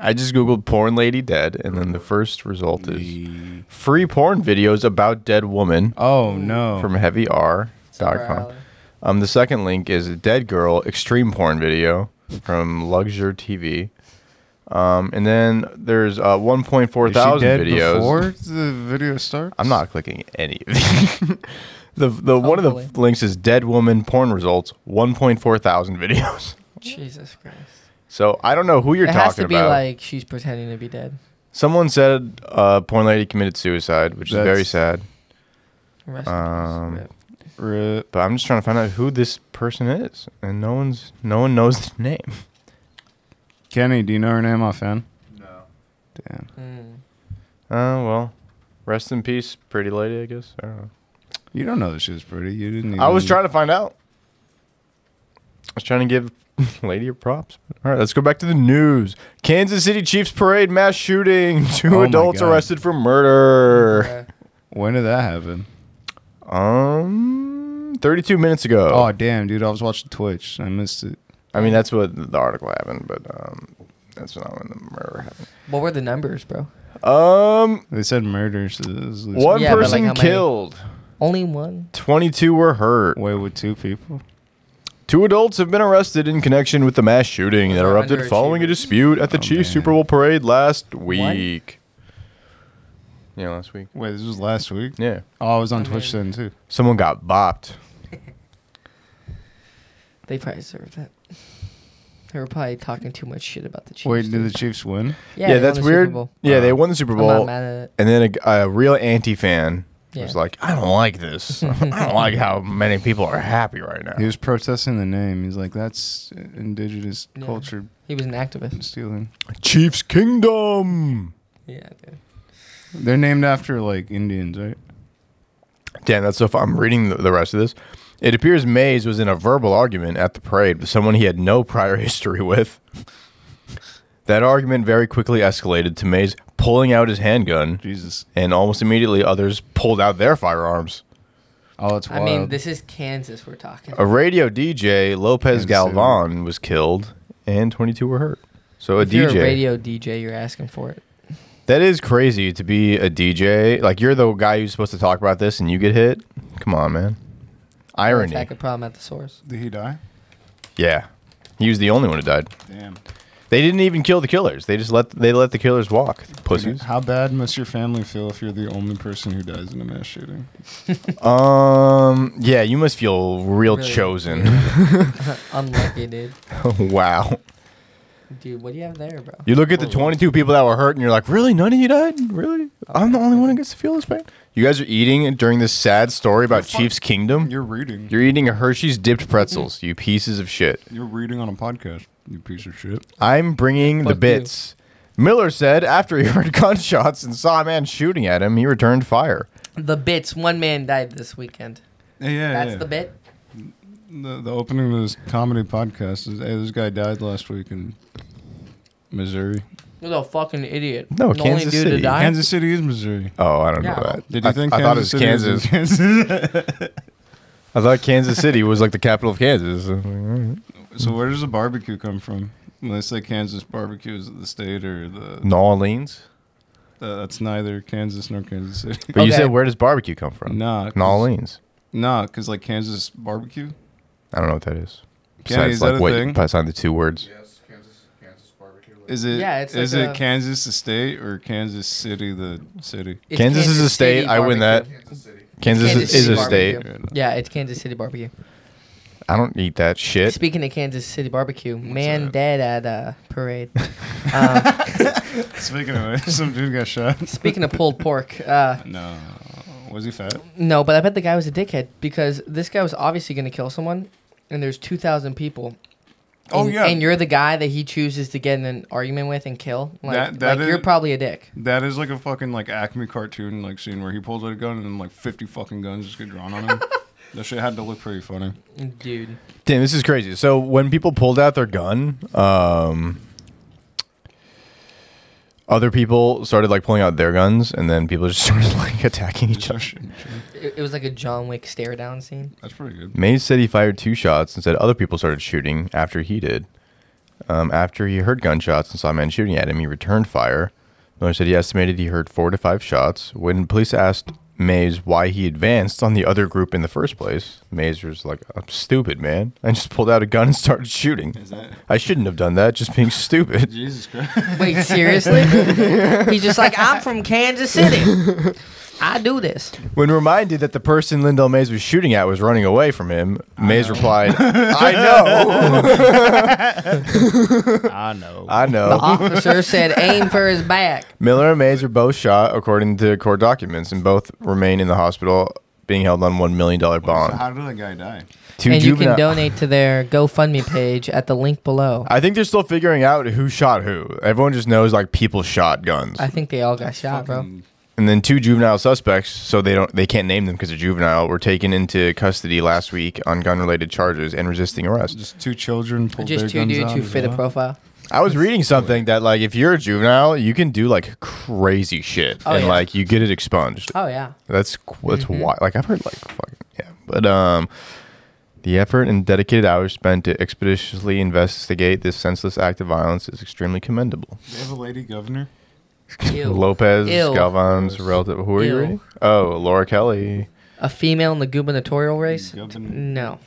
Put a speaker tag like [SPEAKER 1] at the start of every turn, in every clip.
[SPEAKER 1] I just googled porn lady dead, and then the first result is free porn videos about dead woman
[SPEAKER 2] Oh no.
[SPEAKER 1] from heavyr.com.
[SPEAKER 3] Growl.
[SPEAKER 1] Um, the second link is a dead girl extreme porn video from Luxure TV. Um, and then there's uh, 1.4
[SPEAKER 2] Is she
[SPEAKER 1] thousand
[SPEAKER 2] dead
[SPEAKER 1] videos.
[SPEAKER 2] before the video starts?
[SPEAKER 1] I'm not clicking any of these. the the one of the
[SPEAKER 3] Hopefully.
[SPEAKER 1] links is dead woman porn results 1.4 thousand videos.
[SPEAKER 3] Jesus Christ.
[SPEAKER 1] So I don't know who you're
[SPEAKER 3] it
[SPEAKER 1] talking
[SPEAKER 3] has to be
[SPEAKER 1] about.
[SPEAKER 3] like she's pretending to be dead,
[SPEAKER 1] Someone said uh, porn lady committed suicide, which is very
[SPEAKER 2] That's-
[SPEAKER 1] sad.
[SPEAKER 3] Rest in peace.
[SPEAKER 1] Um,
[SPEAKER 3] Rip.
[SPEAKER 2] Rip.
[SPEAKER 1] But I'm just trying to find out who this person is, and no one's no one knows the name.
[SPEAKER 2] Kenny, do you know her name offhand? No. Damn.
[SPEAKER 3] Mm.
[SPEAKER 1] Uh, well, rest in peace, pretty lady. I guess I don't know.
[SPEAKER 2] You don't know that she was pretty. You didn't. Even
[SPEAKER 1] I was trying to find out. I was trying to give lady her props. All right, let's go back to the news. Kansas City Chiefs parade mass shooting. Two
[SPEAKER 2] Oh my
[SPEAKER 1] adults
[SPEAKER 2] God.
[SPEAKER 1] arrested for murder.
[SPEAKER 3] Yeah.
[SPEAKER 2] When did that happen?
[SPEAKER 1] Um, 32 minutes ago.
[SPEAKER 2] Oh damn, dude! I was watching Twitch. I missed it.
[SPEAKER 1] I mean, that's what the article happened, but um, that's not when the murder happened.
[SPEAKER 3] What were the numbers, bro?
[SPEAKER 1] Um,
[SPEAKER 2] They said murder. So it was like-
[SPEAKER 1] one
[SPEAKER 3] Yeah, but, like,
[SPEAKER 1] person
[SPEAKER 3] how many?
[SPEAKER 1] killed.
[SPEAKER 3] Only one.
[SPEAKER 1] 22 were hurt.
[SPEAKER 2] Wait, with two people?
[SPEAKER 1] Two adults have been arrested in connection with the mass shooting that
[SPEAKER 3] Those are
[SPEAKER 1] erupted following a
[SPEAKER 3] underachievers.
[SPEAKER 1] dispute at the
[SPEAKER 2] Oh,
[SPEAKER 1] Chiefs
[SPEAKER 2] man.
[SPEAKER 1] Super Bowl parade last week. Yeah, last week.
[SPEAKER 2] Wait, this was last week.
[SPEAKER 1] Yeah.
[SPEAKER 2] Oh, I was on
[SPEAKER 3] I
[SPEAKER 2] Twitch then too.
[SPEAKER 1] Someone got bopped.
[SPEAKER 3] They probably deserved that. They were probably talking too much shit about the Chiefs.
[SPEAKER 2] Wait, did
[SPEAKER 3] dude.
[SPEAKER 2] the Chiefs win?
[SPEAKER 3] yeah, they won
[SPEAKER 1] that's
[SPEAKER 3] the Super
[SPEAKER 1] weird.
[SPEAKER 3] Bowl.
[SPEAKER 1] Yeah, they
[SPEAKER 2] Uh,
[SPEAKER 1] won the Super
[SPEAKER 3] I'm not
[SPEAKER 1] Bowl.
[SPEAKER 3] mad at it.
[SPEAKER 1] And then a, a real anti fan
[SPEAKER 3] Yeah.
[SPEAKER 1] was like, I don't like this. I don't like how many people are happy right
[SPEAKER 2] He
[SPEAKER 1] now.
[SPEAKER 2] was protesting the name. He's like, "That's indigenous
[SPEAKER 3] Yeah.
[SPEAKER 2] culture
[SPEAKER 3] He was an activist.
[SPEAKER 2] stealing."
[SPEAKER 1] Chiefs Kingdom.
[SPEAKER 3] Yeah, dude.
[SPEAKER 2] They're named after like Indians, right?
[SPEAKER 1] Damn, that's so far. I'm reading the, the rest of this. It appears Mays was in a verbal argument at the parade with someone he had no prior history with. That argument very quickly escalated to Mays pulling out his handgun,
[SPEAKER 2] Jesus.
[SPEAKER 1] and almost immediately others pulled out their firearms.
[SPEAKER 2] Oh, it's
[SPEAKER 3] I
[SPEAKER 2] wild.
[SPEAKER 3] mean, this is Kansas we're talking.
[SPEAKER 1] Um, A radio DJ, Lopez
[SPEAKER 2] Kansas City.
[SPEAKER 1] Galvan, was killed, and 22 were hurt. So a
[SPEAKER 3] if
[SPEAKER 1] DJ.
[SPEAKER 3] you're a radio DJ, you're asking for it.
[SPEAKER 1] That is crazy to be a DJ. Like you're the guy who's supposed to talk about this, and you get hit. Come on, man. Irony.
[SPEAKER 3] Attack a problem at the source.
[SPEAKER 2] did he die?
[SPEAKER 1] Yeah, he was the only one who died.
[SPEAKER 2] Damn.
[SPEAKER 1] They didn't even kill the killers. They just let they let the killers walk. Pussies.
[SPEAKER 2] How bad must your family feel if you're the only person who dies in a mass shooting?
[SPEAKER 1] Um. Yeah, you must feel real
[SPEAKER 3] Really?
[SPEAKER 1] chosen.
[SPEAKER 3] Unlucky, dude.
[SPEAKER 1] wow.
[SPEAKER 3] Dude, what do you have there, bro?
[SPEAKER 1] You look at the 22 people that were hurt, and you're like, really? None of you died? Really? I'm the only one who gets to feel this pain. You guys are eating during this sad story about Chief's Kingdom.
[SPEAKER 2] You're reading.
[SPEAKER 1] You're eating a Hershey's dipped pretzels. You pieces of shit.
[SPEAKER 2] You're reading on a podcast. You piece of shit.
[SPEAKER 1] I'm bringing the
[SPEAKER 3] Fuck you.
[SPEAKER 1] bits. Miller said after he heard gunshots and saw a man shooting at him, he returned fire.
[SPEAKER 3] The bits. One man died this weekend.
[SPEAKER 2] Yeah, yeah.
[SPEAKER 3] That's
[SPEAKER 2] yeah.
[SPEAKER 3] the bit.
[SPEAKER 2] The, the opening of this comedy podcast is hey, this guy died last week in Missouri.
[SPEAKER 3] You're a fucking idiot.
[SPEAKER 1] No,
[SPEAKER 3] The
[SPEAKER 1] Kansas
[SPEAKER 3] only dude
[SPEAKER 1] City.
[SPEAKER 3] to die.
[SPEAKER 2] Kansas City is Missouri.
[SPEAKER 1] Oh, I don't know
[SPEAKER 3] Yeah.
[SPEAKER 1] that.
[SPEAKER 2] Did you
[SPEAKER 1] I,
[SPEAKER 2] think
[SPEAKER 1] I thought it was
[SPEAKER 2] City is
[SPEAKER 1] Kansas.
[SPEAKER 2] in Kansas?
[SPEAKER 1] I thought Kansas City was like the capital of Kansas.
[SPEAKER 2] so where does the barbecue come from? When they say Kansas barbecue is it the state or the
[SPEAKER 1] New Orleans.
[SPEAKER 2] uh, that's neither Kansas nor Kansas City.
[SPEAKER 1] But you
[SPEAKER 3] Okay.
[SPEAKER 1] said where does barbecue come from?
[SPEAKER 2] Nah, 'cause-
[SPEAKER 1] New Orleans.
[SPEAKER 2] Nah, cause like Kansas barbecue.
[SPEAKER 1] I don't know what that is.
[SPEAKER 2] Kenny, is that a
[SPEAKER 1] what
[SPEAKER 2] thing?
[SPEAKER 1] besides the two words.
[SPEAKER 4] Yes, Kansas, Kansas barbecue.
[SPEAKER 2] Is it?
[SPEAKER 3] Yeah, it's
[SPEAKER 2] is
[SPEAKER 3] like
[SPEAKER 2] it
[SPEAKER 3] a-
[SPEAKER 2] Kansas the state or Kansas City the city?
[SPEAKER 3] It's
[SPEAKER 1] Kansas, is a state.
[SPEAKER 3] City
[SPEAKER 1] I win that.
[SPEAKER 3] barbecue.
[SPEAKER 4] Kansas City.
[SPEAKER 1] Kansas,
[SPEAKER 3] Kansas
[SPEAKER 1] is
[SPEAKER 3] City
[SPEAKER 1] a state.
[SPEAKER 3] barbecue. Yeah, it's Kansas City barbecue.
[SPEAKER 1] I don't eat that shit.
[SPEAKER 3] Speaking of Kansas City barbecue, man
[SPEAKER 2] that?
[SPEAKER 3] dead at a parade. um,
[SPEAKER 2] Speaking of it, some dude got shot.
[SPEAKER 3] speaking of pulled pork, uh,
[SPEAKER 2] No, was he fat?
[SPEAKER 3] no, but I bet the guy was a dickhead because this guy was obviously going to kill someone, and there's two thousand people.
[SPEAKER 2] Oh,
[SPEAKER 3] and,
[SPEAKER 2] yeah.
[SPEAKER 3] and you're the guy that he chooses to get in an argument with and kill. Like,
[SPEAKER 2] That- that
[SPEAKER 3] like
[SPEAKER 2] is-
[SPEAKER 3] you're probably a dick.
[SPEAKER 2] That is like a fucking like Acme cartoon like scene where he pulls out a gun and then like fifty fucking guns just get drawn on him. that shit had to look pretty funny.
[SPEAKER 3] Dude.
[SPEAKER 1] Damn, this is crazy. So when people pulled out their gun, um, other people started like pulling out their guns, and then people just started like attacking each other.
[SPEAKER 3] It, it was like a John Wick stare down scene.
[SPEAKER 2] That's pretty good.
[SPEAKER 1] Mays said he fired two shots and said other people started shooting after he did. Um, after he heard gunshots and saw men shooting at him, he returned fire. Miller said he estimated he heard four to five shots. When police asked Mays why he advanced on the other group in the first place, Mays was like, I'm stupid, man. I just pulled out a gun and started shooting.
[SPEAKER 2] Is that
[SPEAKER 1] I shouldn't have done that, just being stupid.
[SPEAKER 2] Jesus Christ?
[SPEAKER 3] Wait, seriously? He's just like, I'm from Kansas City. I do this.
[SPEAKER 1] When reminded that the person Lindell Mays was shooting at was running away from him, Mays replied, I know.
[SPEAKER 5] I know.
[SPEAKER 1] I know.
[SPEAKER 3] The officer said, aim for his back.
[SPEAKER 1] Miller and Mays are both shot, according to court documents, and both remain in the hospital, being held on $1 million
[SPEAKER 2] So
[SPEAKER 1] bond.
[SPEAKER 2] how did that guy die?
[SPEAKER 1] Two
[SPEAKER 3] and you can
[SPEAKER 1] juvenile-
[SPEAKER 3] donate to their GoFundMe page at the link below.
[SPEAKER 1] I think they're still figuring out who shot who. Everyone just knows, like, people shot guns.
[SPEAKER 3] I think they all got shot, bro.
[SPEAKER 2] Fucking-
[SPEAKER 1] and then two juvenile suspects, so they don't they can't name them because they're juvenile, were taken into custody last week on gun-related charges and resisting arrest.
[SPEAKER 2] Just two children pulled
[SPEAKER 3] Just
[SPEAKER 2] their
[SPEAKER 3] two
[SPEAKER 2] guns
[SPEAKER 3] dudes
[SPEAKER 2] out
[SPEAKER 3] who
[SPEAKER 2] as
[SPEAKER 3] fit a
[SPEAKER 2] well.
[SPEAKER 3] profile.
[SPEAKER 1] I was reading something that like if you're a juvenile, you can do like crazy shit
[SPEAKER 3] Oh,
[SPEAKER 1] and
[SPEAKER 3] yeah.
[SPEAKER 1] like you get it expunged.
[SPEAKER 3] Oh yeah.
[SPEAKER 1] That's qu- that's
[SPEAKER 3] Mm-hmm.
[SPEAKER 1] why. Like I've heard like fucking yeah, but um, the effort and dedicated hours spent to expeditiously investigate this senseless act of violence is extremely commendable.
[SPEAKER 2] They have a lady governor.
[SPEAKER 3] Ew.
[SPEAKER 1] Lopez
[SPEAKER 3] Ew.
[SPEAKER 1] Galvan's relative. Who are you
[SPEAKER 3] Ew.
[SPEAKER 1] reading? Oh, Laura Kelly.
[SPEAKER 3] A female in the gubernatorial race?
[SPEAKER 2] Governor.
[SPEAKER 3] No.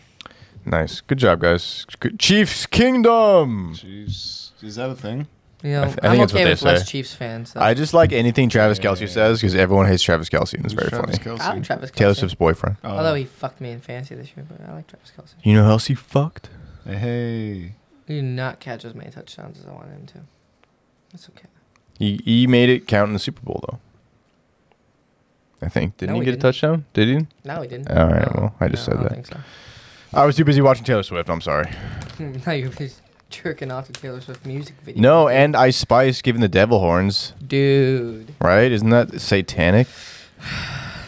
[SPEAKER 1] Nice. Good job, guys. Good- Chiefs Kingdom.
[SPEAKER 2] Jeez. Is that a thing?
[SPEAKER 3] You know,
[SPEAKER 1] I th- I
[SPEAKER 3] I
[SPEAKER 1] think
[SPEAKER 3] am
[SPEAKER 1] that's what
[SPEAKER 3] okay
[SPEAKER 1] they
[SPEAKER 3] with
[SPEAKER 1] say.
[SPEAKER 3] less Chiefs fans. Though.
[SPEAKER 1] I just like anything Travis Kelsey says because everyone hates Travis Kelsey and it's very
[SPEAKER 2] Who's Travis
[SPEAKER 1] funny.
[SPEAKER 2] Kelce?
[SPEAKER 3] I like Travis
[SPEAKER 1] Taylor
[SPEAKER 3] Kelsey.
[SPEAKER 1] Swift's boyfriend.
[SPEAKER 2] Oh.
[SPEAKER 3] Oh, Although he fucked me in fantasy this year, but I like Travis Kelsey.
[SPEAKER 1] You know who else he fucked?
[SPEAKER 2] Hey.
[SPEAKER 3] He did not catch as many touchdowns as I wanted him to. That's okay.
[SPEAKER 1] He, he made it count in the Super Bowl though. I think didn't
[SPEAKER 3] No,
[SPEAKER 1] he
[SPEAKER 3] he
[SPEAKER 1] get
[SPEAKER 3] didn't.
[SPEAKER 1] a touchdown? Did he?
[SPEAKER 3] No, he didn't.
[SPEAKER 1] All right,
[SPEAKER 3] No.
[SPEAKER 1] well, I just
[SPEAKER 3] No,
[SPEAKER 1] said
[SPEAKER 3] I
[SPEAKER 1] that.
[SPEAKER 3] don't think
[SPEAKER 1] I was too busy watching Taylor Swift. I'm sorry.
[SPEAKER 3] so. now you're just jerking off to Taylor Swift music video.
[SPEAKER 1] No, and Ice Spice giving the devil horns.
[SPEAKER 3] Dude.
[SPEAKER 1] Right? Isn't that satanic?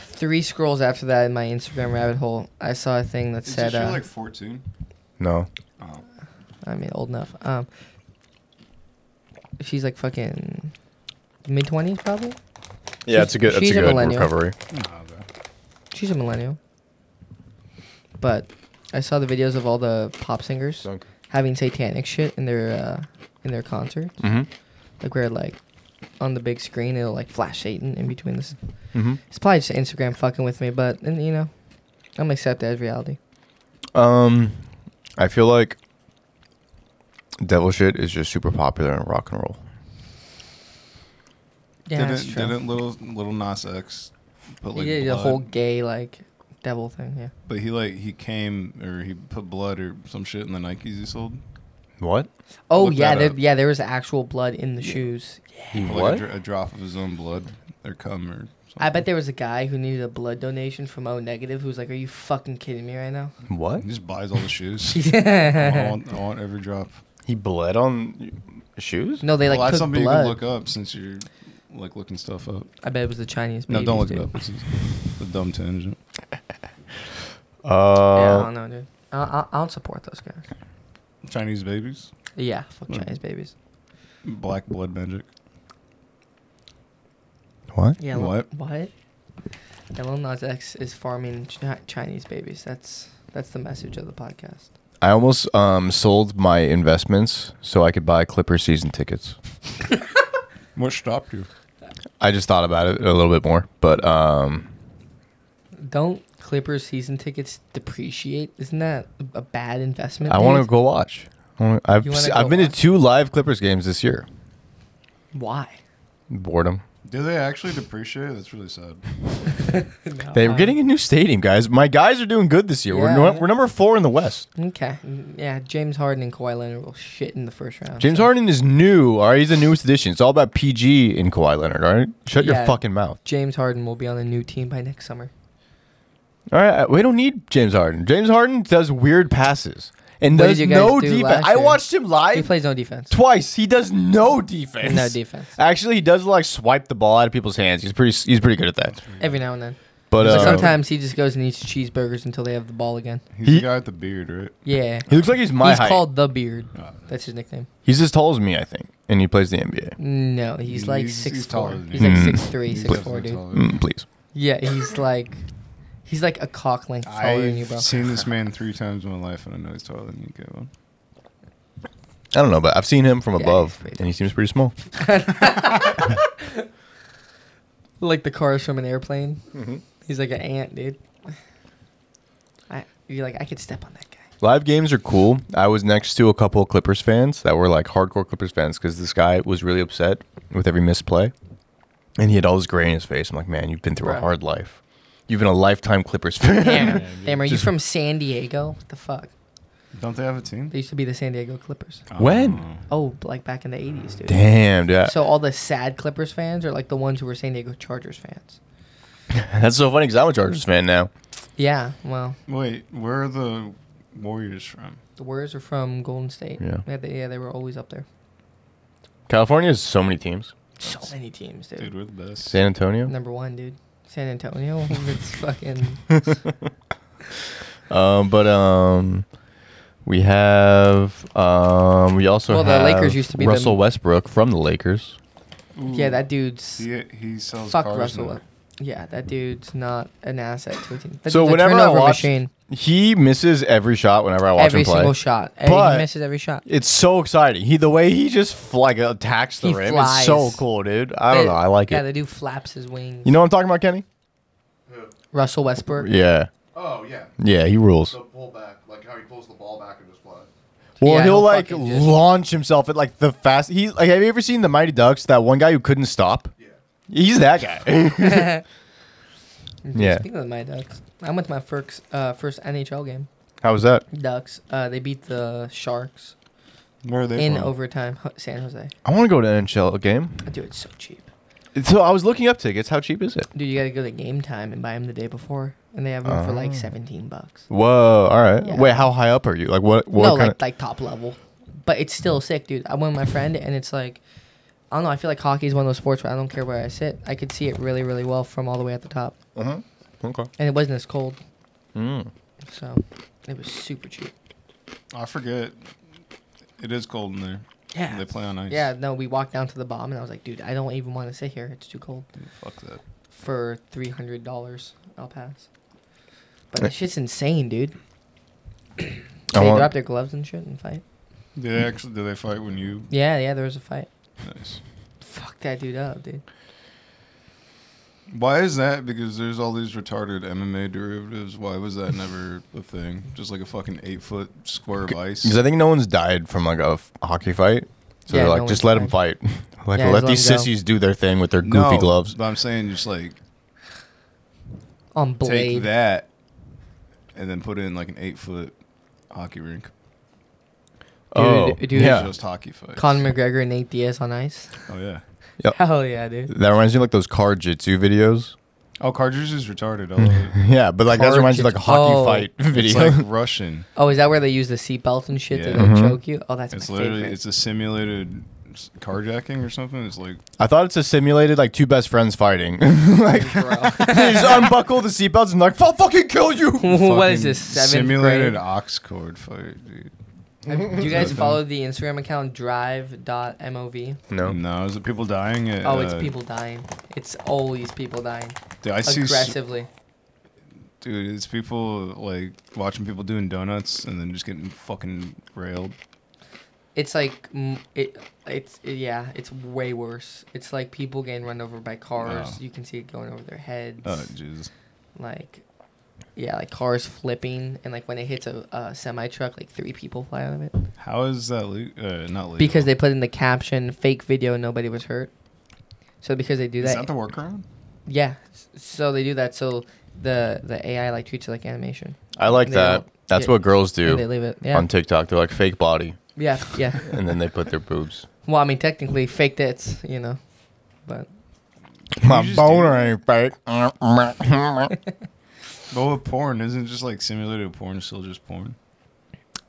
[SPEAKER 3] Three scrolls after that in my Instagram rabbit hole, I saw a thing that
[SPEAKER 2] Is this
[SPEAKER 3] said,
[SPEAKER 2] year
[SPEAKER 3] uh,
[SPEAKER 2] like 14?
[SPEAKER 1] No.
[SPEAKER 2] Oh.
[SPEAKER 3] I mean, old enough. Um, she's like fucking mid 20s, probably.
[SPEAKER 1] Yeah, it's a good. That's
[SPEAKER 3] she's
[SPEAKER 1] a
[SPEAKER 3] a
[SPEAKER 1] good
[SPEAKER 3] millennial.
[SPEAKER 1] recovery.
[SPEAKER 3] She's a millennial. But I saw the videos of all the pop singers having satanic shit in their uh, in their concert.
[SPEAKER 1] Mm-hmm.
[SPEAKER 3] Like where like on the big screen it'll like flash Satan in between this.
[SPEAKER 1] Mm-hmm.
[SPEAKER 3] It's probably just Instagram fucking with me, but and, you know, I'm accept that as reality.
[SPEAKER 1] Um, I feel like devil shit is just super popular in rock and roll.
[SPEAKER 3] Yeah, that's
[SPEAKER 2] didn't,
[SPEAKER 3] true.
[SPEAKER 2] didn't little little Nas X put
[SPEAKER 3] he
[SPEAKER 2] like
[SPEAKER 3] did a
[SPEAKER 2] blood,
[SPEAKER 3] whole gay like devil thing. Yeah,
[SPEAKER 2] but he like he came or he put blood or some shit in the Nikes he sold.
[SPEAKER 1] What?
[SPEAKER 3] Oh
[SPEAKER 2] Look
[SPEAKER 3] yeah,
[SPEAKER 2] that
[SPEAKER 3] there,
[SPEAKER 2] up.
[SPEAKER 3] yeah. There was actual blood in the shoes.
[SPEAKER 1] He
[SPEAKER 2] Like
[SPEAKER 1] what?
[SPEAKER 2] A, dr- a drop of his own blood or cum or. Something.
[SPEAKER 3] I bet there was a guy who needed a blood donation from O negative who was like, "Are you fucking kidding me right now?"
[SPEAKER 1] What?
[SPEAKER 2] He just buys all the shoes. I,
[SPEAKER 3] no,
[SPEAKER 2] want, I want every drop.
[SPEAKER 1] He bled on shoes.
[SPEAKER 3] they like
[SPEAKER 2] well, that's
[SPEAKER 3] took
[SPEAKER 2] something
[SPEAKER 3] blood.
[SPEAKER 2] you can look up since you're like looking stuff up.
[SPEAKER 3] I bet it was the Chinese.
[SPEAKER 2] No, don't look
[SPEAKER 3] babies,
[SPEAKER 2] it up.
[SPEAKER 3] dude.
[SPEAKER 2] It's just a dumb tangent.
[SPEAKER 3] yeah, I
[SPEAKER 1] Uh,
[SPEAKER 3] don't know, dude. I, I, I don't support those guys.
[SPEAKER 2] Chinese babies,
[SPEAKER 3] Yeah, fuck
[SPEAKER 2] Mm.
[SPEAKER 3] Chinese babies.
[SPEAKER 2] black blood magic.
[SPEAKER 1] what?
[SPEAKER 3] Yeah.
[SPEAKER 2] Lil- What?
[SPEAKER 3] What? Yeah, Lil Nas X is farming chi- Chinese babies. That's that's the message of the podcast.
[SPEAKER 1] I almost um, sold my investments so I could buy Clipper season tickets.
[SPEAKER 2] What stopped you?
[SPEAKER 1] I just thought about it a little bit more, but um,
[SPEAKER 3] Don't Clippers season tickets depreciate? Isn't that a bad investment?
[SPEAKER 1] I want to
[SPEAKER 3] dude?
[SPEAKER 1] go watch. I wanna- I've
[SPEAKER 3] You wanna
[SPEAKER 1] s-
[SPEAKER 3] go
[SPEAKER 1] I've been
[SPEAKER 3] watch?
[SPEAKER 1] to two live Clippers games this year.
[SPEAKER 3] Why?
[SPEAKER 1] Boredom.
[SPEAKER 2] Do they actually depreciate? That's really sad.
[SPEAKER 1] They were getting a new stadium, guys. My guys are doing good this year. We're,
[SPEAKER 3] Uh-huh. Yeah.
[SPEAKER 1] no, we're number four in the West.
[SPEAKER 3] Okay. Mm, Yeah, James Harden and Kawhi Leonard will shit in the first round.
[SPEAKER 1] James
[SPEAKER 3] so-
[SPEAKER 1] Harden is new. All right, he's the newest addition. It's all about PG and Kawhi Leonard. All right, shut your
[SPEAKER 3] Yeah.
[SPEAKER 1] fucking mouth.
[SPEAKER 3] James Harden will be on a new team by next summer.
[SPEAKER 1] All right, uh, we don't need James Harden. James Harden does weird passes and
[SPEAKER 3] What
[SPEAKER 1] does
[SPEAKER 3] did you guys
[SPEAKER 1] no
[SPEAKER 3] do
[SPEAKER 1] defense.
[SPEAKER 3] last
[SPEAKER 1] I
[SPEAKER 3] year?
[SPEAKER 1] watched him
[SPEAKER 3] He
[SPEAKER 1] live
[SPEAKER 3] plays no defense.
[SPEAKER 1] twice. He does no defense.
[SPEAKER 3] No defense.
[SPEAKER 1] Actually, he does like swipe the ball out of people's hands. He's pretty. He's pretty good at that.
[SPEAKER 3] Every now and then.
[SPEAKER 1] But
[SPEAKER 3] Like,
[SPEAKER 1] uh,
[SPEAKER 3] sometimes he just goes and eats cheeseburgers until they have the ball again.
[SPEAKER 2] He's
[SPEAKER 1] He-
[SPEAKER 2] the guy with the beard, right?
[SPEAKER 3] Yeah.
[SPEAKER 1] he looks like he's my
[SPEAKER 3] he's
[SPEAKER 1] height.
[SPEAKER 3] called the Beard.
[SPEAKER 2] Uh,
[SPEAKER 3] That's his nickname.
[SPEAKER 1] he's as tall as me, I think, and he plays the NBA.
[SPEAKER 3] No, he's like
[SPEAKER 2] He's-
[SPEAKER 3] six
[SPEAKER 2] he's
[SPEAKER 3] four.
[SPEAKER 2] taller than
[SPEAKER 3] He's
[SPEAKER 2] you.
[SPEAKER 3] like
[SPEAKER 1] Mm.
[SPEAKER 3] six three,
[SPEAKER 2] He's
[SPEAKER 3] six
[SPEAKER 2] definitely
[SPEAKER 3] four, dude.
[SPEAKER 2] taller.
[SPEAKER 1] Mm, please.
[SPEAKER 3] Yeah, he's like he's like a cock length taller than you,
[SPEAKER 2] I've
[SPEAKER 3] bro.
[SPEAKER 2] seen this man three times in my life, and I know he's taller than you, Kevin.
[SPEAKER 1] I don't know, but I've seen him from
[SPEAKER 3] he's
[SPEAKER 1] above,
[SPEAKER 3] crazy.
[SPEAKER 1] and he seems pretty small.
[SPEAKER 3] Like the cars from an airplane. He's like an ant, dude. I you're like I could step on that guy.
[SPEAKER 1] Live games are cool. I was next to a couple of Clippers fans that were like hardcore Clippers fans because this guy was really upset with every misplay, and he had all this gray in his face. I'm like, man, you've been through a
[SPEAKER 3] Bruh.
[SPEAKER 1] hard life. You've been a lifetime Clippers fan.
[SPEAKER 3] Damn, damn, are you
[SPEAKER 1] Just-
[SPEAKER 3] from San Diego? What the fuck?
[SPEAKER 2] Don't they have a team?
[SPEAKER 3] They used to be the San Diego Clippers.
[SPEAKER 1] When?
[SPEAKER 3] Oh, like back in the '80s, dude.
[SPEAKER 1] Damn, dude.
[SPEAKER 3] So all the sad Clippers fans are like the ones who were San Diego Chargers fans.
[SPEAKER 1] That's so funny because I'm a Chargers fan now.
[SPEAKER 3] Yeah, well,
[SPEAKER 2] Wait, where are the Warriors from?
[SPEAKER 3] the Warriors are from Golden State.
[SPEAKER 1] Yeah.
[SPEAKER 3] yeah, they, yeah, they were always up there.
[SPEAKER 1] California has so many teams.
[SPEAKER 3] So many teams, dude.
[SPEAKER 2] Dude, we're the best.
[SPEAKER 1] San Antonio.
[SPEAKER 3] Number one, dude. San Antonio. it's fucking.
[SPEAKER 1] Um, but um, we have um, we also
[SPEAKER 3] Well, the
[SPEAKER 1] have
[SPEAKER 3] Lakers used to be the-
[SPEAKER 1] Russell Westbrook from the Lakers.
[SPEAKER 3] Yeah, that dude's.
[SPEAKER 2] He, he sells
[SPEAKER 3] Fuck
[SPEAKER 2] cars
[SPEAKER 3] Russell.
[SPEAKER 2] now.
[SPEAKER 3] Yeah, that dude's not an asset to a team. That
[SPEAKER 1] So
[SPEAKER 3] dude's a
[SPEAKER 1] whenever I
[SPEAKER 3] turnover
[SPEAKER 1] watch-
[SPEAKER 3] machine,
[SPEAKER 1] He misses every shot whenever I watch
[SPEAKER 3] every
[SPEAKER 1] him play.
[SPEAKER 3] single shot, Hey,
[SPEAKER 1] But-
[SPEAKER 3] he misses every shot.
[SPEAKER 1] It's so exciting. He the way he just f- like attacks the
[SPEAKER 3] He
[SPEAKER 1] rim. It's
[SPEAKER 3] flies.
[SPEAKER 1] so cool, dude. I don't know. I like
[SPEAKER 3] yeah,
[SPEAKER 1] it.
[SPEAKER 3] the dude flaps his wings.
[SPEAKER 1] You know what I'm talking about, Kenny?
[SPEAKER 4] Who?
[SPEAKER 3] Russell Westbrook.
[SPEAKER 1] Yeah,
[SPEAKER 4] Oh yeah.
[SPEAKER 1] yeah. He rules.
[SPEAKER 4] The pull back, like how he pulls the ball back and just flies.
[SPEAKER 1] Well,
[SPEAKER 3] Yeah,
[SPEAKER 1] he'll
[SPEAKER 3] he'll
[SPEAKER 1] like
[SPEAKER 3] fucking just-
[SPEAKER 1] launch himself at like the fast. He like. Have you ever seen the Mighty Ducks? That one guy who couldn't stop.
[SPEAKER 4] Yeah.
[SPEAKER 1] He's that guy. Yeah.
[SPEAKER 3] Speaking of my Ducks, I went to my first uh, first NHL game.
[SPEAKER 1] How was that?
[SPEAKER 3] Ducks. Uh, they beat the Sharks
[SPEAKER 2] Where are they
[SPEAKER 3] in
[SPEAKER 2] from?
[SPEAKER 3] overtime. Ho- San Jose.
[SPEAKER 1] I want to go to NHL game.
[SPEAKER 3] Dude, it's so cheap.
[SPEAKER 1] So I was looking up tickets. How cheap is it?
[SPEAKER 3] Dude, you gotta go to game time and buy them the day before, and they have them for
[SPEAKER 1] Oh.
[SPEAKER 3] like seventeen bucks.
[SPEAKER 1] Whoa! All right.
[SPEAKER 3] Yeah.
[SPEAKER 1] Wait, how high up are you? Like what? What
[SPEAKER 3] no,
[SPEAKER 1] kind
[SPEAKER 3] like like top level, but it's still sick, dude. I went with my friend, and it's like, I don't know. I feel like hockey is one of those sports where I don't care where I sit. I could see it really, really well from all the way at the top,
[SPEAKER 1] of? Okay.
[SPEAKER 3] and it wasn't as cold,
[SPEAKER 1] Mm.
[SPEAKER 3] so it was super cheap.
[SPEAKER 2] I forget. It is cold in there.
[SPEAKER 3] Yeah.
[SPEAKER 2] They play on ice.
[SPEAKER 3] Yeah, no, we walked down to the bottom, and I was like, dude, I don't even want to sit here. It's too cold.
[SPEAKER 2] Fuck that.
[SPEAKER 3] For three hundred dollars, I'll pass. But that shit's insane, dude.
[SPEAKER 1] I
[SPEAKER 3] They
[SPEAKER 1] want-
[SPEAKER 3] drop their gloves and shit and fight.
[SPEAKER 2] Do they actually do they fight when you?
[SPEAKER 3] Yeah, yeah, there was a fight.
[SPEAKER 2] Nice.
[SPEAKER 3] Fuck that dude up, dude.
[SPEAKER 2] Why is that? Because there's all these retarded MMA derivatives. Why was that never a thing? Just like a fucking eight foot square of ice.
[SPEAKER 1] Because I think no one's died from like a f- hockey fight. So
[SPEAKER 3] Yeah,
[SPEAKER 1] they're like,
[SPEAKER 3] no
[SPEAKER 1] just
[SPEAKER 3] one's
[SPEAKER 1] let them fight. like,
[SPEAKER 3] Yeah,
[SPEAKER 1] let
[SPEAKER 3] just let
[SPEAKER 1] these
[SPEAKER 3] 'em go.
[SPEAKER 1] sissies do their thing with their
[SPEAKER 2] no,
[SPEAKER 1] goofy gloves.
[SPEAKER 2] But I'm saying just like
[SPEAKER 3] On
[SPEAKER 2] take
[SPEAKER 3] blade.
[SPEAKER 2] that and then put in like an eight foot hockey rink.
[SPEAKER 1] oh,
[SPEAKER 3] dude,
[SPEAKER 1] yeah.
[SPEAKER 2] Just hockey fights.
[SPEAKER 3] Conor McGregor and Nate Diaz on ice.
[SPEAKER 2] oh yeah.
[SPEAKER 3] Hell yeah, dude.
[SPEAKER 1] That reminds me of like those car jitsu videos.
[SPEAKER 2] Oh, Cartridge is retarded. I love it.
[SPEAKER 1] Yeah, but like that
[SPEAKER 3] Car
[SPEAKER 1] reminds me of like a
[SPEAKER 3] jitsu.
[SPEAKER 1] hockey
[SPEAKER 3] Oh.
[SPEAKER 1] fight
[SPEAKER 2] It's
[SPEAKER 1] video.
[SPEAKER 2] like Russian.
[SPEAKER 3] Oh, is that where they use the seatbelt and shit
[SPEAKER 2] Yeah.
[SPEAKER 3] to like
[SPEAKER 1] Mhm.
[SPEAKER 3] choke you? Oh, that's
[SPEAKER 2] It's
[SPEAKER 3] my
[SPEAKER 2] literally
[SPEAKER 3] favorite.
[SPEAKER 2] it's a simulated s- carjacking or something. It's like
[SPEAKER 1] I thought it's a simulated like two best friends fighting. like they just unbuckle the seatbelts and like, I'll fucking kill you.
[SPEAKER 3] what
[SPEAKER 2] fucking
[SPEAKER 3] is this? Seventh
[SPEAKER 2] simulated
[SPEAKER 3] grade?
[SPEAKER 2] ox cord fight, dude.
[SPEAKER 3] Have- Do you guys follow the Instagram account drive.mov?
[SPEAKER 1] No.
[SPEAKER 2] No, is it people dying? At,
[SPEAKER 3] Oh, it's
[SPEAKER 2] uh,
[SPEAKER 3] people dying. It's always people dying.
[SPEAKER 2] Dude, I see, s-
[SPEAKER 3] Aggressively.
[SPEAKER 2] dude. It's people like watching people doing donuts and then just getting fucking railed.
[SPEAKER 3] It's like mm, it. It's yeah. It's way worse. It's like people getting run over by cars.
[SPEAKER 2] Oh.
[SPEAKER 3] You can see it going over their heads.
[SPEAKER 2] Oh, Jesus.
[SPEAKER 3] like, yeah, like cars flipping, and like when it hits a, a semi truck, like three people fly out of it
[SPEAKER 2] How is that? Le- uh, not legal.
[SPEAKER 3] because they put in the caption "fake video, nobody was hurt." So because they do
[SPEAKER 2] is that
[SPEAKER 3] that,
[SPEAKER 2] the workaround?
[SPEAKER 3] yeah. s- So they do that. So the the AI like treats it like animation.
[SPEAKER 1] I like
[SPEAKER 3] They
[SPEAKER 1] that.
[SPEAKER 3] don't-
[SPEAKER 1] That's
[SPEAKER 3] yeah.
[SPEAKER 1] what girls
[SPEAKER 3] And they
[SPEAKER 1] do
[SPEAKER 3] leave it. Yeah.
[SPEAKER 1] on TikTok. They're like fake body,
[SPEAKER 3] yeah. Yeah.
[SPEAKER 1] and then they put their boobs.
[SPEAKER 3] Well, I mean, technically, fake tits, you know, but
[SPEAKER 2] My just boner
[SPEAKER 1] ain't fake.
[SPEAKER 2] But with porn, isn't it just like simulated porn still just porn?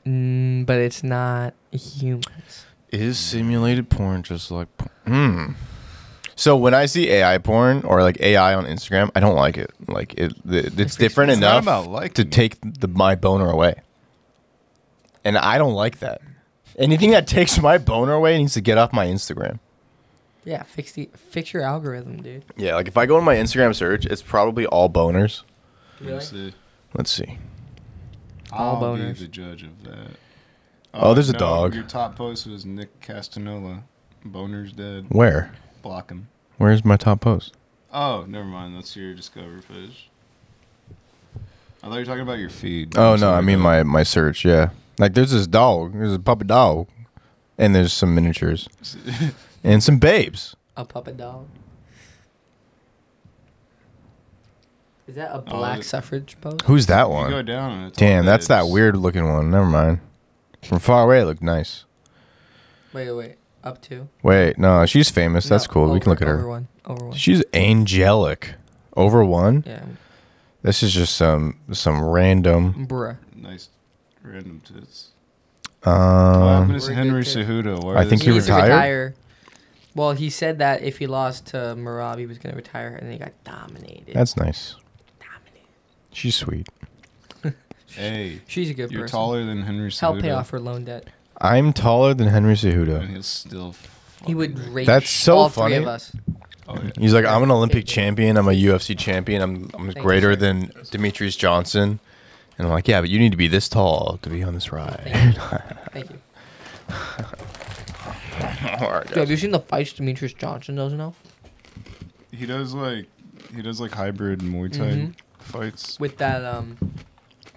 [SPEAKER 3] mm, but it's not humans.
[SPEAKER 1] Is simulated porn just like porn? Hmm. So when I see AI porn or like AI on Instagram, I don't like it. Like it, it it's different
[SPEAKER 2] It's not
[SPEAKER 1] enough
[SPEAKER 2] about liking
[SPEAKER 1] to
[SPEAKER 2] it.
[SPEAKER 1] take the my boner away, and I don't like that. Anything that takes my boner away needs to get off my Instagram.
[SPEAKER 3] Yeah, fix the fix your algorithm, dude.
[SPEAKER 1] Yeah, like if I go on my Instagram search, it's probably all boners.
[SPEAKER 2] Let's see.
[SPEAKER 1] Let's see.
[SPEAKER 3] All
[SPEAKER 2] I'll be
[SPEAKER 3] boners.
[SPEAKER 2] the judge of that.
[SPEAKER 1] Oh, there's a dog.
[SPEAKER 2] Your top post was Nick Castanola. Boner's dead.
[SPEAKER 1] Where?
[SPEAKER 2] Block him.
[SPEAKER 1] Where's my top post?
[SPEAKER 2] Oh, never mind. That's your discover page. I thought you were talking about your feed.
[SPEAKER 1] Oh
[SPEAKER 2] I'm
[SPEAKER 1] no,
[SPEAKER 2] sorry,
[SPEAKER 1] I mean
[SPEAKER 2] dog.
[SPEAKER 1] my my search. Yeah, like there's this dog. There's a puppet dog, and there's some miniatures and some babes.
[SPEAKER 3] A puppet dog. Is
[SPEAKER 1] Oh,
[SPEAKER 3] that a
[SPEAKER 2] black
[SPEAKER 3] black
[SPEAKER 2] it-
[SPEAKER 3] suffrage post?
[SPEAKER 1] Who's that
[SPEAKER 2] You go
[SPEAKER 1] one?
[SPEAKER 2] down and it's all
[SPEAKER 1] Damn, that's that
[SPEAKER 2] babes.
[SPEAKER 1] weird looking one. Never mind. From far away, it looked nice.
[SPEAKER 3] Wait, wait. Up to?
[SPEAKER 1] Wait, no, she's famous. That's cool. we can look at her.
[SPEAKER 3] Over one. Over one.
[SPEAKER 1] She's angelic. Over one.
[SPEAKER 3] Yeah.
[SPEAKER 1] This is just some some random.
[SPEAKER 3] Bruh.
[SPEAKER 2] Nice random tits. what
[SPEAKER 1] Um,
[SPEAKER 2] happened to
[SPEAKER 3] We're
[SPEAKER 2] Henry
[SPEAKER 3] good too.
[SPEAKER 2] Cejudo? Why
[SPEAKER 1] I
[SPEAKER 2] are
[SPEAKER 1] think he
[SPEAKER 2] they so-
[SPEAKER 3] needs to
[SPEAKER 1] retired?
[SPEAKER 3] retire. Well, he said that if he lost to Marab, he was going to retire, and then he got dominated.
[SPEAKER 1] that's nice.
[SPEAKER 3] dominated.
[SPEAKER 1] She's sweet.
[SPEAKER 2] Hey,
[SPEAKER 3] She's a good
[SPEAKER 2] you're
[SPEAKER 3] person.
[SPEAKER 2] taller than Henry Cejudo.
[SPEAKER 3] Help pay off her loan debt.
[SPEAKER 1] I'm taller than Henry
[SPEAKER 2] And
[SPEAKER 1] Cejudo.
[SPEAKER 2] he'll still.
[SPEAKER 3] He
[SPEAKER 2] fucking
[SPEAKER 3] would
[SPEAKER 2] wreck-
[SPEAKER 3] rape
[SPEAKER 1] That's so
[SPEAKER 3] all
[SPEAKER 1] funny.
[SPEAKER 3] three of us.
[SPEAKER 2] Oh, yeah.
[SPEAKER 1] He's like, I'm an Olympic champion. I'm a UFC champion. I'm I'm
[SPEAKER 3] you,
[SPEAKER 1] greater
[SPEAKER 3] sir.
[SPEAKER 1] than Demetrius Johnson. And I'm like, yeah, but you need to be this tall to be on this ride.
[SPEAKER 3] Thank you.
[SPEAKER 1] All right,
[SPEAKER 3] Dude, have you seen the fights Demetrius Johnson does now?
[SPEAKER 2] He does like he does like hybrid Muay Thai
[SPEAKER 3] Mhm.
[SPEAKER 2] fights.
[SPEAKER 3] With that, um,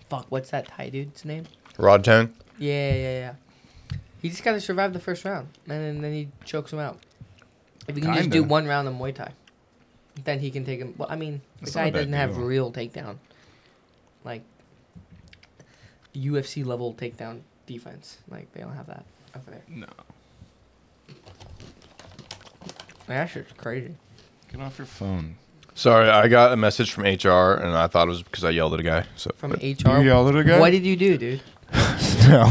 [SPEAKER 3] fuck, what's that Thai dude's name?
[SPEAKER 1] Rod Town.
[SPEAKER 3] Yeah, yeah, yeah. He just got to survive the first round, and then, then he chokes him out. If you can just do
[SPEAKER 2] Kinda.
[SPEAKER 3] one round of Muay Thai, then he can take him. Well, I mean, the
[SPEAKER 2] That's
[SPEAKER 3] guy
[SPEAKER 2] not a bad
[SPEAKER 3] doesn't have
[SPEAKER 2] deal.
[SPEAKER 3] real takedown, like UFC level takedown defense. Like they don't have that over there.
[SPEAKER 2] No,
[SPEAKER 3] Like, that shit's crazy.
[SPEAKER 2] get off your phone.
[SPEAKER 1] Sorry, I got a message from HR, and I thought it was because I yelled at a guy. So
[SPEAKER 3] From
[SPEAKER 1] but-
[SPEAKER 3] HR,
[SPEAKER 2] You yell at a guy?
[SPEAKER 3] what did you do, dude?
[SPEAKER 1] no,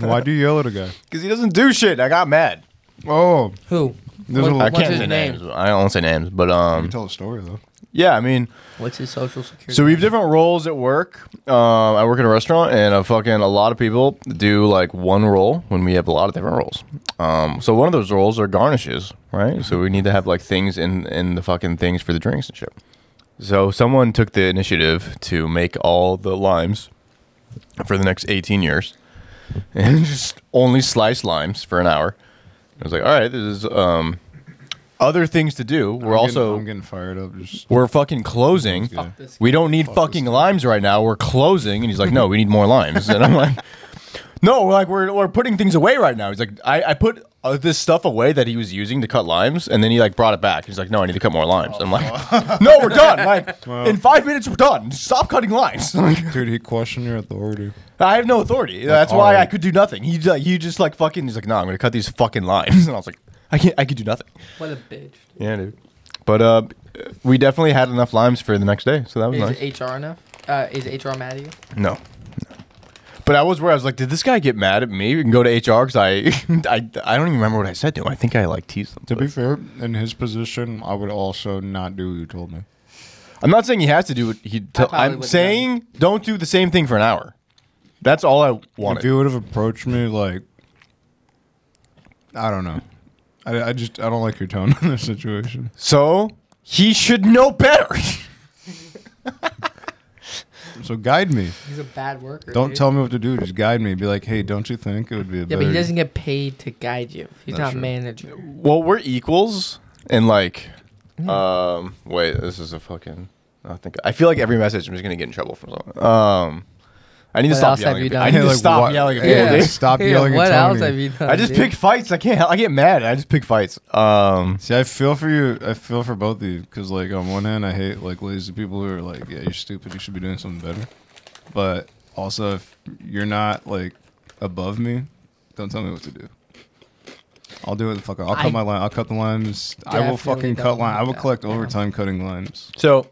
[SPEAKER 2] Why do you yell at a guy?
[SPEAKER 1] because he doesn't do shit. I got mad.
[SPEAKER 2] Oh,
[SPEAKER 3] Who?
[SPEAKER 2] There's
[SPEAKER 3] What-
[SPEAKER 2] a
[SPEAKER 1] I
[SPEAKER 2] lot-
[SPEAKER 3] what's
[SPEAKER 1] can't
[SPEAKER 3] his
[SPEAKER 1] say
[SPEAKER 3] name?
[SPEAKER 1] names. I don't say names, but
[SPEAKER 2] you
[SPEAKER 1] um,
[SPEAKER 2] can tell a story though.
[SPEAKER 1] yeah, I mean,
[SPEAKER 3] What's his social security?
[SPEAKER 1] So we have
[SPEAKER 3] number?
[SPEAKER 1] different roles at work. Um, I work in a restaurant, and a fucking a lot of people do like one role when we have a lot of different roles. Um, so one of those roles are garnishes, right? So we need to have like things in in the fucking things for the drinks and shit. So someone took the initiative to make all the limes for the next 18 years, and just only slice limes for an hour. I was like, all right, this is um, other things to do. We're
[SPEAKER 2] I'm
[SPEAKER 1] also
[SPEAKER 2] getting, I'm getting fired up. Just
[SPEAKER 1] we're fucking closing.
[SPEAKER 2] Fuck Yeah.
[SPEAKER 3] this
[SPEAKER 1] We don't need fucking limes right now. We're closing. And he's like, no, we need more limes. And I'm like, no, we're like we're, we're putting things away right now. He's like, I, I put uh, this stuff away that he was using to cut limes. And then he like brought it back. He's like, no, I need to cut more limes. I'm like, no, we're done. Like
[SPEAKER 2] Wow.
[SPEAKER 1] in five minutes, we're done. Stop cutting limes. Like,
[SPEAKER 2] dude, he questioned your authority.
[SPEAKER 1] I have no authority. That's why I
[SPEAKER 2] alright.
[SPEAKER 1] could do nothing. He, like, he just like fucking, he's like, no, I'm going to cut these fucking limes. And I was like, I can't, I could do nothing.
[SPEAKER 3] What a bitch.
[SPEAKER 1] Yeah, dude. But uh, we definitely had enough limes for the next day. So that was nice.
[SPEAKER 3] Is HR enough? Uh, is HR mad at you?
[SPEAKER 1] No. But I was where I was like, did this guy get mad at me and go to HR? Because I, I, I don't even remember what I said to him. I think I like teased him.
[SPEAKER 2] To be fair, in his position, I would also not do what you told me.
[SPEAKER 1] I'm not saying he has to do what he. T-
[SPEAKER 3] probably
[SPEAKER 1] I'm
[SPEAKER 3] would've
[SPEAKER 1] saying don't do the same thing for an hour. That's all I
[SPEAKER 2] If
[SPEAKER 1] wanted.
[SPEAKER 2] you would have approached me like, I don't know, I, I just I don't like your tone in this situation.
[SPEAKER 1] so he should know better.
[SPEAKER 2] So guide me.
[SPEAKER 3] He's a bad worker.
[SPEAKER 2] Don't
[SPEAKER 3] dude.
[SPEAKER 2] tell me what to do. Just guide me. Be like, hey, don't you think it would be a
[SPEAKER 3] Yeah,
[SPEAKER 2] better?
[SPEAKER 3] but he doesn't get paid to guide you. He's
[SPEAKER 2] That's
[SPEAKER 3] not
[SPEAKER 2] true.
[SPEAKER 3] manager.
[SPEAKER 1] well, we're equals and like,
[SPEAKER 2] Mm-hmm.
[SPEAKER 1] um, wait, this is a fucking. I think I feel like every message I'm just gonna get in trouble from someone. Um, I need to
[SPEAKER 3] What
[SPEAKER 1] stop
[SPEAKER 3] else have
[SPEAKER 1] yelling.
[SPEAKER 3] you
[SPEAKER 1] at people.
[SPEAKER 3] done?
[SPEAKER 1] I need
[SPEAKER 2] Yeah,
[SPEAKER 1] to
[SPEAKER 2] like,
[SPEAKER 1] stop
[SPEAKER 2] what-
[SPEAKER 1] yelling. At
[SPEAKER 2] Yeah,
[SPEAKER 1] people, dude.
[SPEAKER 2] stop yelling at
[SPEAKER 3] What else
[SPEAKER 2] Tony.
[SPEAKER 3] have you done?
[SPEAKER 1] I just
[SPEAKER 3] dude?
[SPEAKER 1] pick fights. I can't. I get mad. I just pick fights. Um,
[SPEAKER 2] See, I feel for you. I feel for both of you because, like, on one hand, I hate like lazy people who are like, "Yeah, you're stupid. You should be doing something better." But also, if you're not like above me, don't tell me what to do. I'll do what the fuck. I'll
[SPEAKER 3] I
[SPEAKER 2] cut my line. I'll cut the limes. I will
[SPEAKER 3] definitely
[SPEAKER 2] fucking
[SPEAKER 3] don't
[SPEAKER 2] cut line. I
[SPEAKER 3] like
[SPEAKER 2] will
[SPEAKER 3] that.
[SPEAKER 2] collect
[SPEAKER 3] Yeah.
[SPEAKER 2] overtime cutting lines.
[SPEAKER 1] so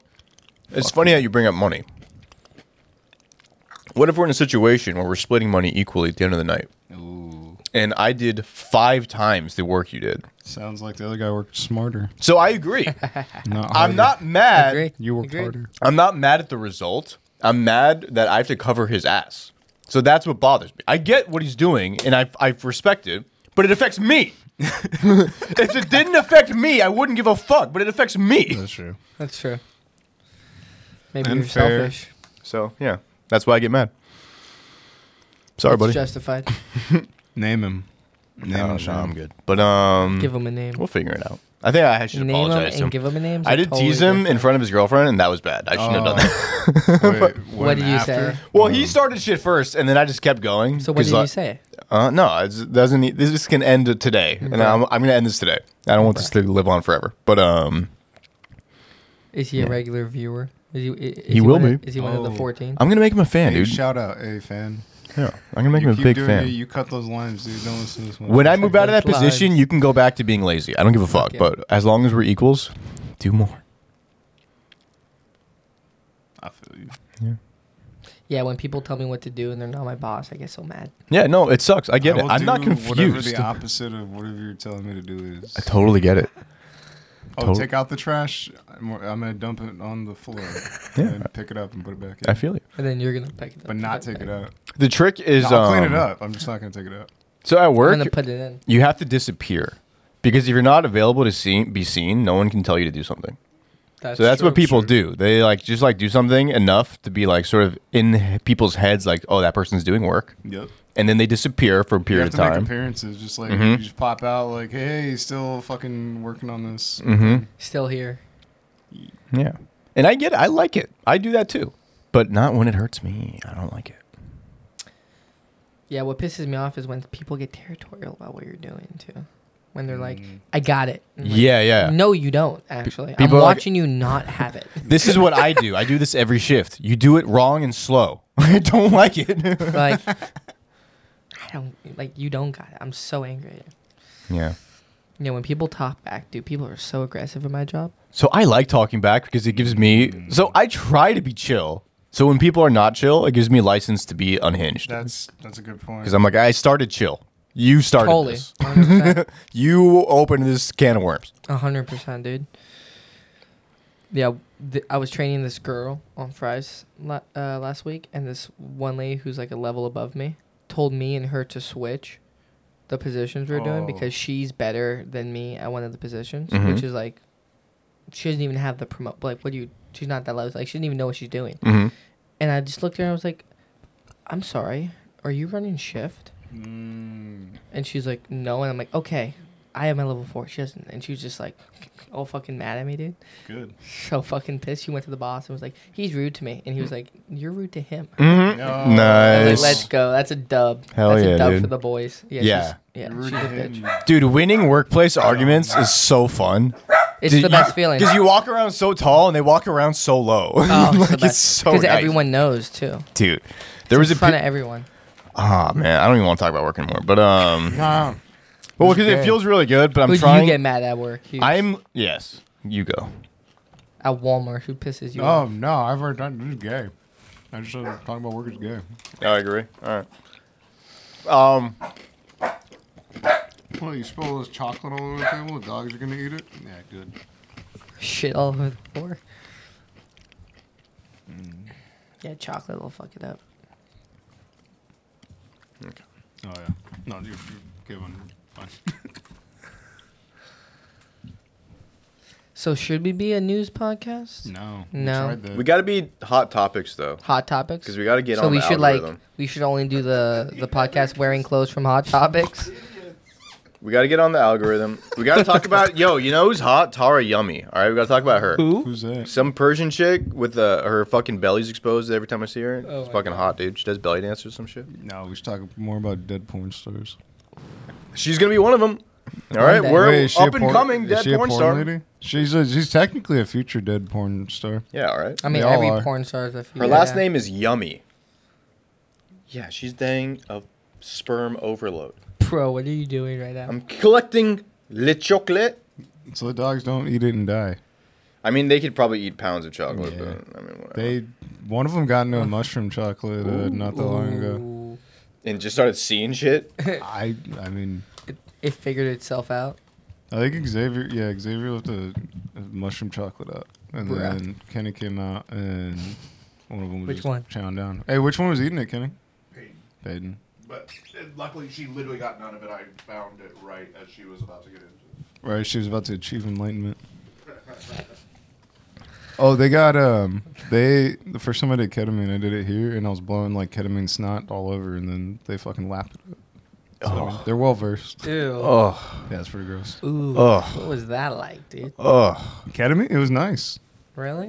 [SPEAKER 1] it's funny how you bring up money. What if we're in a situation where we're splitting money equally at the end of the night,
[SPEAKER 2] Ooh,
[SPEAKER 1] and I did five times the work you did?
[SPEAKER 2] sounds like the other guy worked smarter.
[SPEAKER 1] So I agree.
[SPEAKER 2] Not harder.
[SPEAKER 1] I'm not mad.
[SPEAKER 3] Agree.
[SPEAKER 2] You worked
[SPEAKER 3] Agreed.
[SPEAKER 2] harder.
[SPEAKER 1] I'm not mad at the result. I'm mad that I have to cover his ass. So that's what bothers me. I get what he's doing, and I I respect it, but it affects me. if it didn't affect me, I wouldn't give a fuck. But it affects me.
[SPEAKER 2] That's true.
[SPEAKER 3] That's true. Maybe
[SPEAKER 2] And
[SPEAKER 3] you're
[SPEAKER 2] fair.
[SPEAKER 3] selfish.
[SPEAKER 1] So yeah, that's why I get mad. Sorry,
[SPEAKER 3] It's
[SPEAKER 1] buddy.
[SPEAKER 3] justified.
[SPEAKER 2] Name him. Name
[SPEAKER 1] No,
[SPEAKER 2] him.
[SPEAKER 1] Oh, no,
[SPEAKER 2] Sean.
[SPEAKER 1] I'm good. But um,
[SPEAKER 3] Give him a name.
[SPEAKER 1] we'll figure it out. I think I should
[SPEAKER 3] Name him
[SPEAKER 1] apologize to him.
[SPEAKER 3] and give him a name.
[SPEAKER 1] I did tease him in front of his girlfriend, and that was bad. I shouldn't have done that.
[SPEAKER 2] Oh. Wait,
[SPEAKER 3] What did you say?
[SPEAKER 1] Well, he started shit first, and then I just kept going.
[SPEAKER 3] So what
[SPEAKER 1] 'cause,
[SPEAKER 3] did you
[SPEAKER 1] like,
[SPEAKER 3] say?
[SPEAKER 1] Uh, no, it doesn't. Need, this can end today, and I'm, I'm gonna end this today. I don't want this to live on forever. But um,
[SPEAKER 3] Is he a regular viewer? Is he? i- Is he,
[SPEAKER 1] will
[SPEAKER 3] one of-
[SPEAKER 1] be.
[SPEAKER 3] Is he one of the
[SPEAKER 2] Oh.
[SPEAKER 3] fourteen?
[SPEAKER 1] I'm gonna make him a fan,
[SPEAKER 2] Hey,
[SPEAKER 1] dude.
[SPEAKER 2] shout out, hey fan.
[SPEAKER 1] Yeah, I'm gonna make
[SPEAKER 2] you
[SPEAKER 1] him a
[SPEAKER 2] keep
[SPEAKER 1] big
[SPEAKER 2] doing
[SPEAKER 1] fan.
[SPEAKER 2] It, you cut those lines, dude. Don't listen to this one.
[SPEAKER 1] When I move out of that
[SPEAKER 3] Lines.
[SPEAKER 1] position, you can go back to being lazy. I don't give a fuck.
[SPEAKER 3] Okay.
[SPEAKER 1] But as long as we're equals, do more.
[SPEAKER 2] I feel you.
[SPEAKER 3] Yeah. When people tell me what to do and they're not my boss, I get so mad.
[SPEAKER 1] Yeah, no, it sucks. I get
[SPEAKER 2] I
[SPEAKER 1] it.
[SPEAKER 2] will
[SPEAKER 1] I'm not
[SPEAKER 2] do Whatever
[SPEAKER 1] confused.
[SPEAKER 2] the opposite of whatever you're telling me to do is.
[SPEAKER 1] I totally get it.
[SPEAKER 2] oh,
[SPEAKER 1] tot-
[SPEAKER 2] take out the trash. I'm, I'm gonna dump it on the floor.
[SPEAKER 1] Yeah.
[SPEAKER 2] And pick it up and put it back in.
[SPEAKER 1] I feel you.
[SPEAKER 3] And then you're gonna pick it up.
[SPEAKER 2] but not take it
[SPEAKER 3] up.
[SPEAKER 2] out.
[SPEAKER 1] The trick is
[SPEAKER 2] No, I'll clean
[SPEAKER 1] um,
[SPEAKER 2] it up. I'm just not gonna take it out.
[SPEAKER 1] So at
[SPEAKER 3] We're
[SPEAKER 1] work,
[SPEAKER 3] gonna put it in.
[SPEAKER 1] you have to disappear because if you're not available to see, be seen, no one can tell you to do something.
[SPEAKER 3] That's
[SPEAKER 1] so that's
[SPEAKER 3] true.
[SPEAKER 1] what people do. They like just like do something enough to be like sort of in he- people's heads, like, oh, that person's doing work,
[SPEAKER 2] Yep.
[SPEAKER 1] and then they disappear for a
[SPEAKER 2] You
[SPEAKER 1] period
[SPEAKER 2] have
[SPEAKER 1] of
[SPEAKER 2] to
[SPEAKER 1] time.
[SPEAKER 2] make appearances. Just like
[SPEAKER 1] Mhm.
[SPEAKER 2] you just pop out, like, hey, still fucking working on this.
[SPEAKER 1] Mm-hmm.
[SPEAKER 3] Still here.
[SPEAKER 1] Yeah, and I get, it. I like it. I do that too, but not when it hurts me. I don't like it.
[SPEAKER 3] Yeah, what pisses me off is when people get territorial about what you're doing too. When they're like,
[SPEAKER 2] Mm.
[SPEAKER 3] "I got it." I'm like,
[SPEAKER 1] yeah, yeah.
[SPEAKER 3] No, you don't. Actually, I'm
[SPEAKER 1] people are like-
[SPEAKER 3] watching you not have it.
[SPEAKER 1] This is what I do. I do this every shift. You do it wrong and slow. I don't like it.
[SPEAKER 3] like, I don't like you. Don't got it. I'm so angry. At you.
[SPEAKER 1] yeah.
[SPEAKER 3] you know, when people talk back, dude, people are so aggressive in my job.
[SPEAKER 1] So I like talking back because it gives me. So I try to be chill. So when people are not chill, it gives me license to be unhinged.
[SPEAKER 2] That's that's a good point.
[SPEAKER 1] Because I'm like, I started chill. You started
[SPEAKER 3] Totally.
[SPEAKER 1] this.
[SPEAKER 3] 100%.
[SPEAKER 1] You opened this can of worms.
[SPEAKER 3] 100%, dude. Yeah, th- I was training this girl on fries la- uh, last week, and this one lady who's like a level above me told me and her to switch the positions we were doing
[SPEAKER 2] Oh.
[SPEAKER 3] because she's better than me at one of the positions,
[SPEAKER 1] Mhm.
[SPEAKER 3] which is like, she doesn't even have the promote. Like, what do you, she's not that level. Like, she didn't even know what she's doing.
[SPEAKER 1] Mm-hmm.
[SPEAKER 3] And I just looked at her and I was like, I'm sorry, are you running shift?
[SPEAKER 2] Mm.
[SPEAKER 3] And she's like, no. And I'm like, okay, I am at level four. She doesn't. And she was just like, all fucking mad at me, dude.
[SPEAKER 2] Good.
[SPEAKER 3] So fucking pissed. She went to the boss and was like, he's rude to me. And he was like, you're rude to him.
[SPEAKER 1] Mm-hmm.
[SPEAKER 2] No.
[SPEAKER 3] Oh, I
[SPEAKER 1] Nice.
[SPEAKER 3] was like, let's go. That's a dub.
[SPEAKER 1] Hell
[SPEAKER 3] That's
[SPEAKER 1] yeah,
[SPEAKER 3] a dub
[SPEAKER 1] dude.
[SPEAKER 3] for the boys. Yeah.
[SPEAKER 1] Yeah.
[SPEAKER 3] she's- Yeah.
[SPEAKER 2] You're
[SPEAKER 3] she's a
[SPEAKER 2] hitting-
[SPEAKER 3] bitch.
[SPEAKER 1] Dude, winning workplace arguments is so fun.
[SPEAKER 3] It's the best feeling.
[SPEAKER 1] Because you walk around so tall and they walk around so low.
[SPEAKER 3] Oh, it's the
[SPEAKER 1] like, it's
[SPEAKER 3] best.
[SPEAKER 1] so
[SPEAKER 3] Because
[SPEAKER 1] nice.
[SPEAKER 3] everyone knows too.
[SPEAKER 1] Dude, there was
[SPEAKER 3] in
[SPEAKER 1] a.
[SPEAKER 3] front
[SPEAKER 1] pe-
[SPEAKER 3] of everyone.
[SPEAKER 1] Ah man, I don't even want to talk about work anymore. But um,
[SPEAKER 2] Nah.
[SPEAKER 1] well, because
[SPEAKER 2] Okay.
[SPEAKER 1] it feels really good. But I'm
[SPEAKER 3] Who do you
[SPEAKER 1] trying.
[SPEAKER 3] get mad at work? Who-
[SPEAKER 1] I'm yes. You go.
[SPEAKER 3] at Walmart. Who pisses you
[SPEAKER 2] Oh
[SPEAKER 3] off?
[SPEAKER 2] no, I've already done. This is gay. I just started talking about work is gay.
[SPEAKER 1] Oh, I agree. All right. Um.
[SPEAKER 2] Well, you spill this chocolate all over the table. The dogs are gonna eat it. Yeah, good.
[SPEAKER 3] Shit all over the floor. Yeah, chocolate will fuck it up.
[SPEAKER 2] Oh yeah. No, you're, you're giving. Fine.
[SPEAKER 3] So should we be a news podcast?
[SPEAKER 2] no.
[SPEAKER 3] No.
[SPEAKER 1] We got to be hot topics though,
[SPEAKER 3] Hot topics.
[SPEAKER 1] because we got to get
[SPEAKER 3] so
[SPEAKER 1] on.
[SPEAKER 3] we
[SPEAKER 1] the
[SPEAKER 3] should
[SPEAKER 1] algorithm.
[SPEAKER 3] like we should only do the the podcast wearing clothes from Hot Topics.
[SPEAKER 1] We got to get on the algorithm. We got to talk about yo. You know who's hot? Tara Yummy. All right, we got to talk about her.
[SPEAKER 3] Who?
[SPEAKER 2] Who's that?
[SPEAKER 1] Some Persian chick with uh, her fucking belly's exposed every time I see her.
[SPEAKER 3] Oh
[SPEAKER 1] it's
[SPEAKER 3] my
[SPEAKER 1] fucking
[SPEAKER 3] God.
[SPEAKER 1] hot, dude. She does belly dance or some shit.
[SPEAKER 2] No, we should talk more about dead porn stars.
[SPEAKER 1] She's gonna be one of them. All
[SPEAKER 3] One
[SPEAKER 1] right,
[SPEAKER 3] day.
[SPEAKER 1] we're
[SPEAKER 2] Wait, is she a
[SPEAKER 1] up and
[SPEAKER 2] porn-
[SPEAKER 1] coming
[SPEAKER 2] is
[SPEAKER 1] dead
[SPEAKER 2] she a
[SPEAKER 1] porn, star.
[SPEAKER 2] Lady? She's a, she's technically a future dead porn star.
[SPEAKER 1] Yeah, all right.
[SPEAKER 3] I
[SPEAKER 2] They
[SPEAKER 3] mean,
[SPEAKER 2] all
[SPEAKER 3] every
[SPEAKER 2] are.
[SPEAKER 3] porn star is a few.
[SPEAKER 1] Her last name is Yummy. Yeah, she's dying of sperm overload.
[SPEAKER 3] Pro. What are you doing right now?
[SPEAKER 1] I'm collecting le chocolate.
[SPEAKER 2] So the dogs don't eat it and die.
[SPEAKER 1] I mean, they could probably eat pounds of chocolate,
[SPEAKER 2] Yeah.
[SPEAKER 1] but I mean, whatever.
[SPEAKER 2] They one of them got into a mushroom chocolate uh, not that long ago.
[SPEAKER 3] Ooh.
[SPEAKER 1] and just started seeing shit.
[SPEAKER 2] I I mean
[SPEAKER 3] It, it figured itself out.
[SPEAKER 2] I think Xavier yeah Xavier left a, a mushroom chocolate up and
[SPEAKER 3] Bruh.
[SPEAKER 2] then Kenny came out and one of them was
[SPEAKER 3] Which
[SPEAKER 2] just
[SPEAKER 3] one?
[SPEAKER 2] chowing down. Hey, which one was eating it, Kenny?
[SPEAKER 4] Pain.
[SPEAKER 2] Peyton.
[SPEAKER 4] But and luckily, she literally got none of it. I found it right as she was about to get into it.
[SPEAKER 2] Right, she was about to achieve enlightenment. Oh, they got um. They the first time I did ketamine, I did it here, and I was blowing like ketamine snot all over, and then they fucking lapped it. Up. So
[SPEAKER 1] Oh.
[SPEAKER 2] they're well versed.
[SPEAKER 3] Ew.
[SPEAKER 1] Oh,
[SPEAKER 2] Yeah, it's pretty gross.
[SPEAKER 3] Ooh.
[SPEAKER 1] Ugh.
[SPEAKER 3] What was that like, dude?
[SPEAKER 1] oh,
[SPEAKER 2] Ketamine, it was nice.
[SPEAKER 3] Really?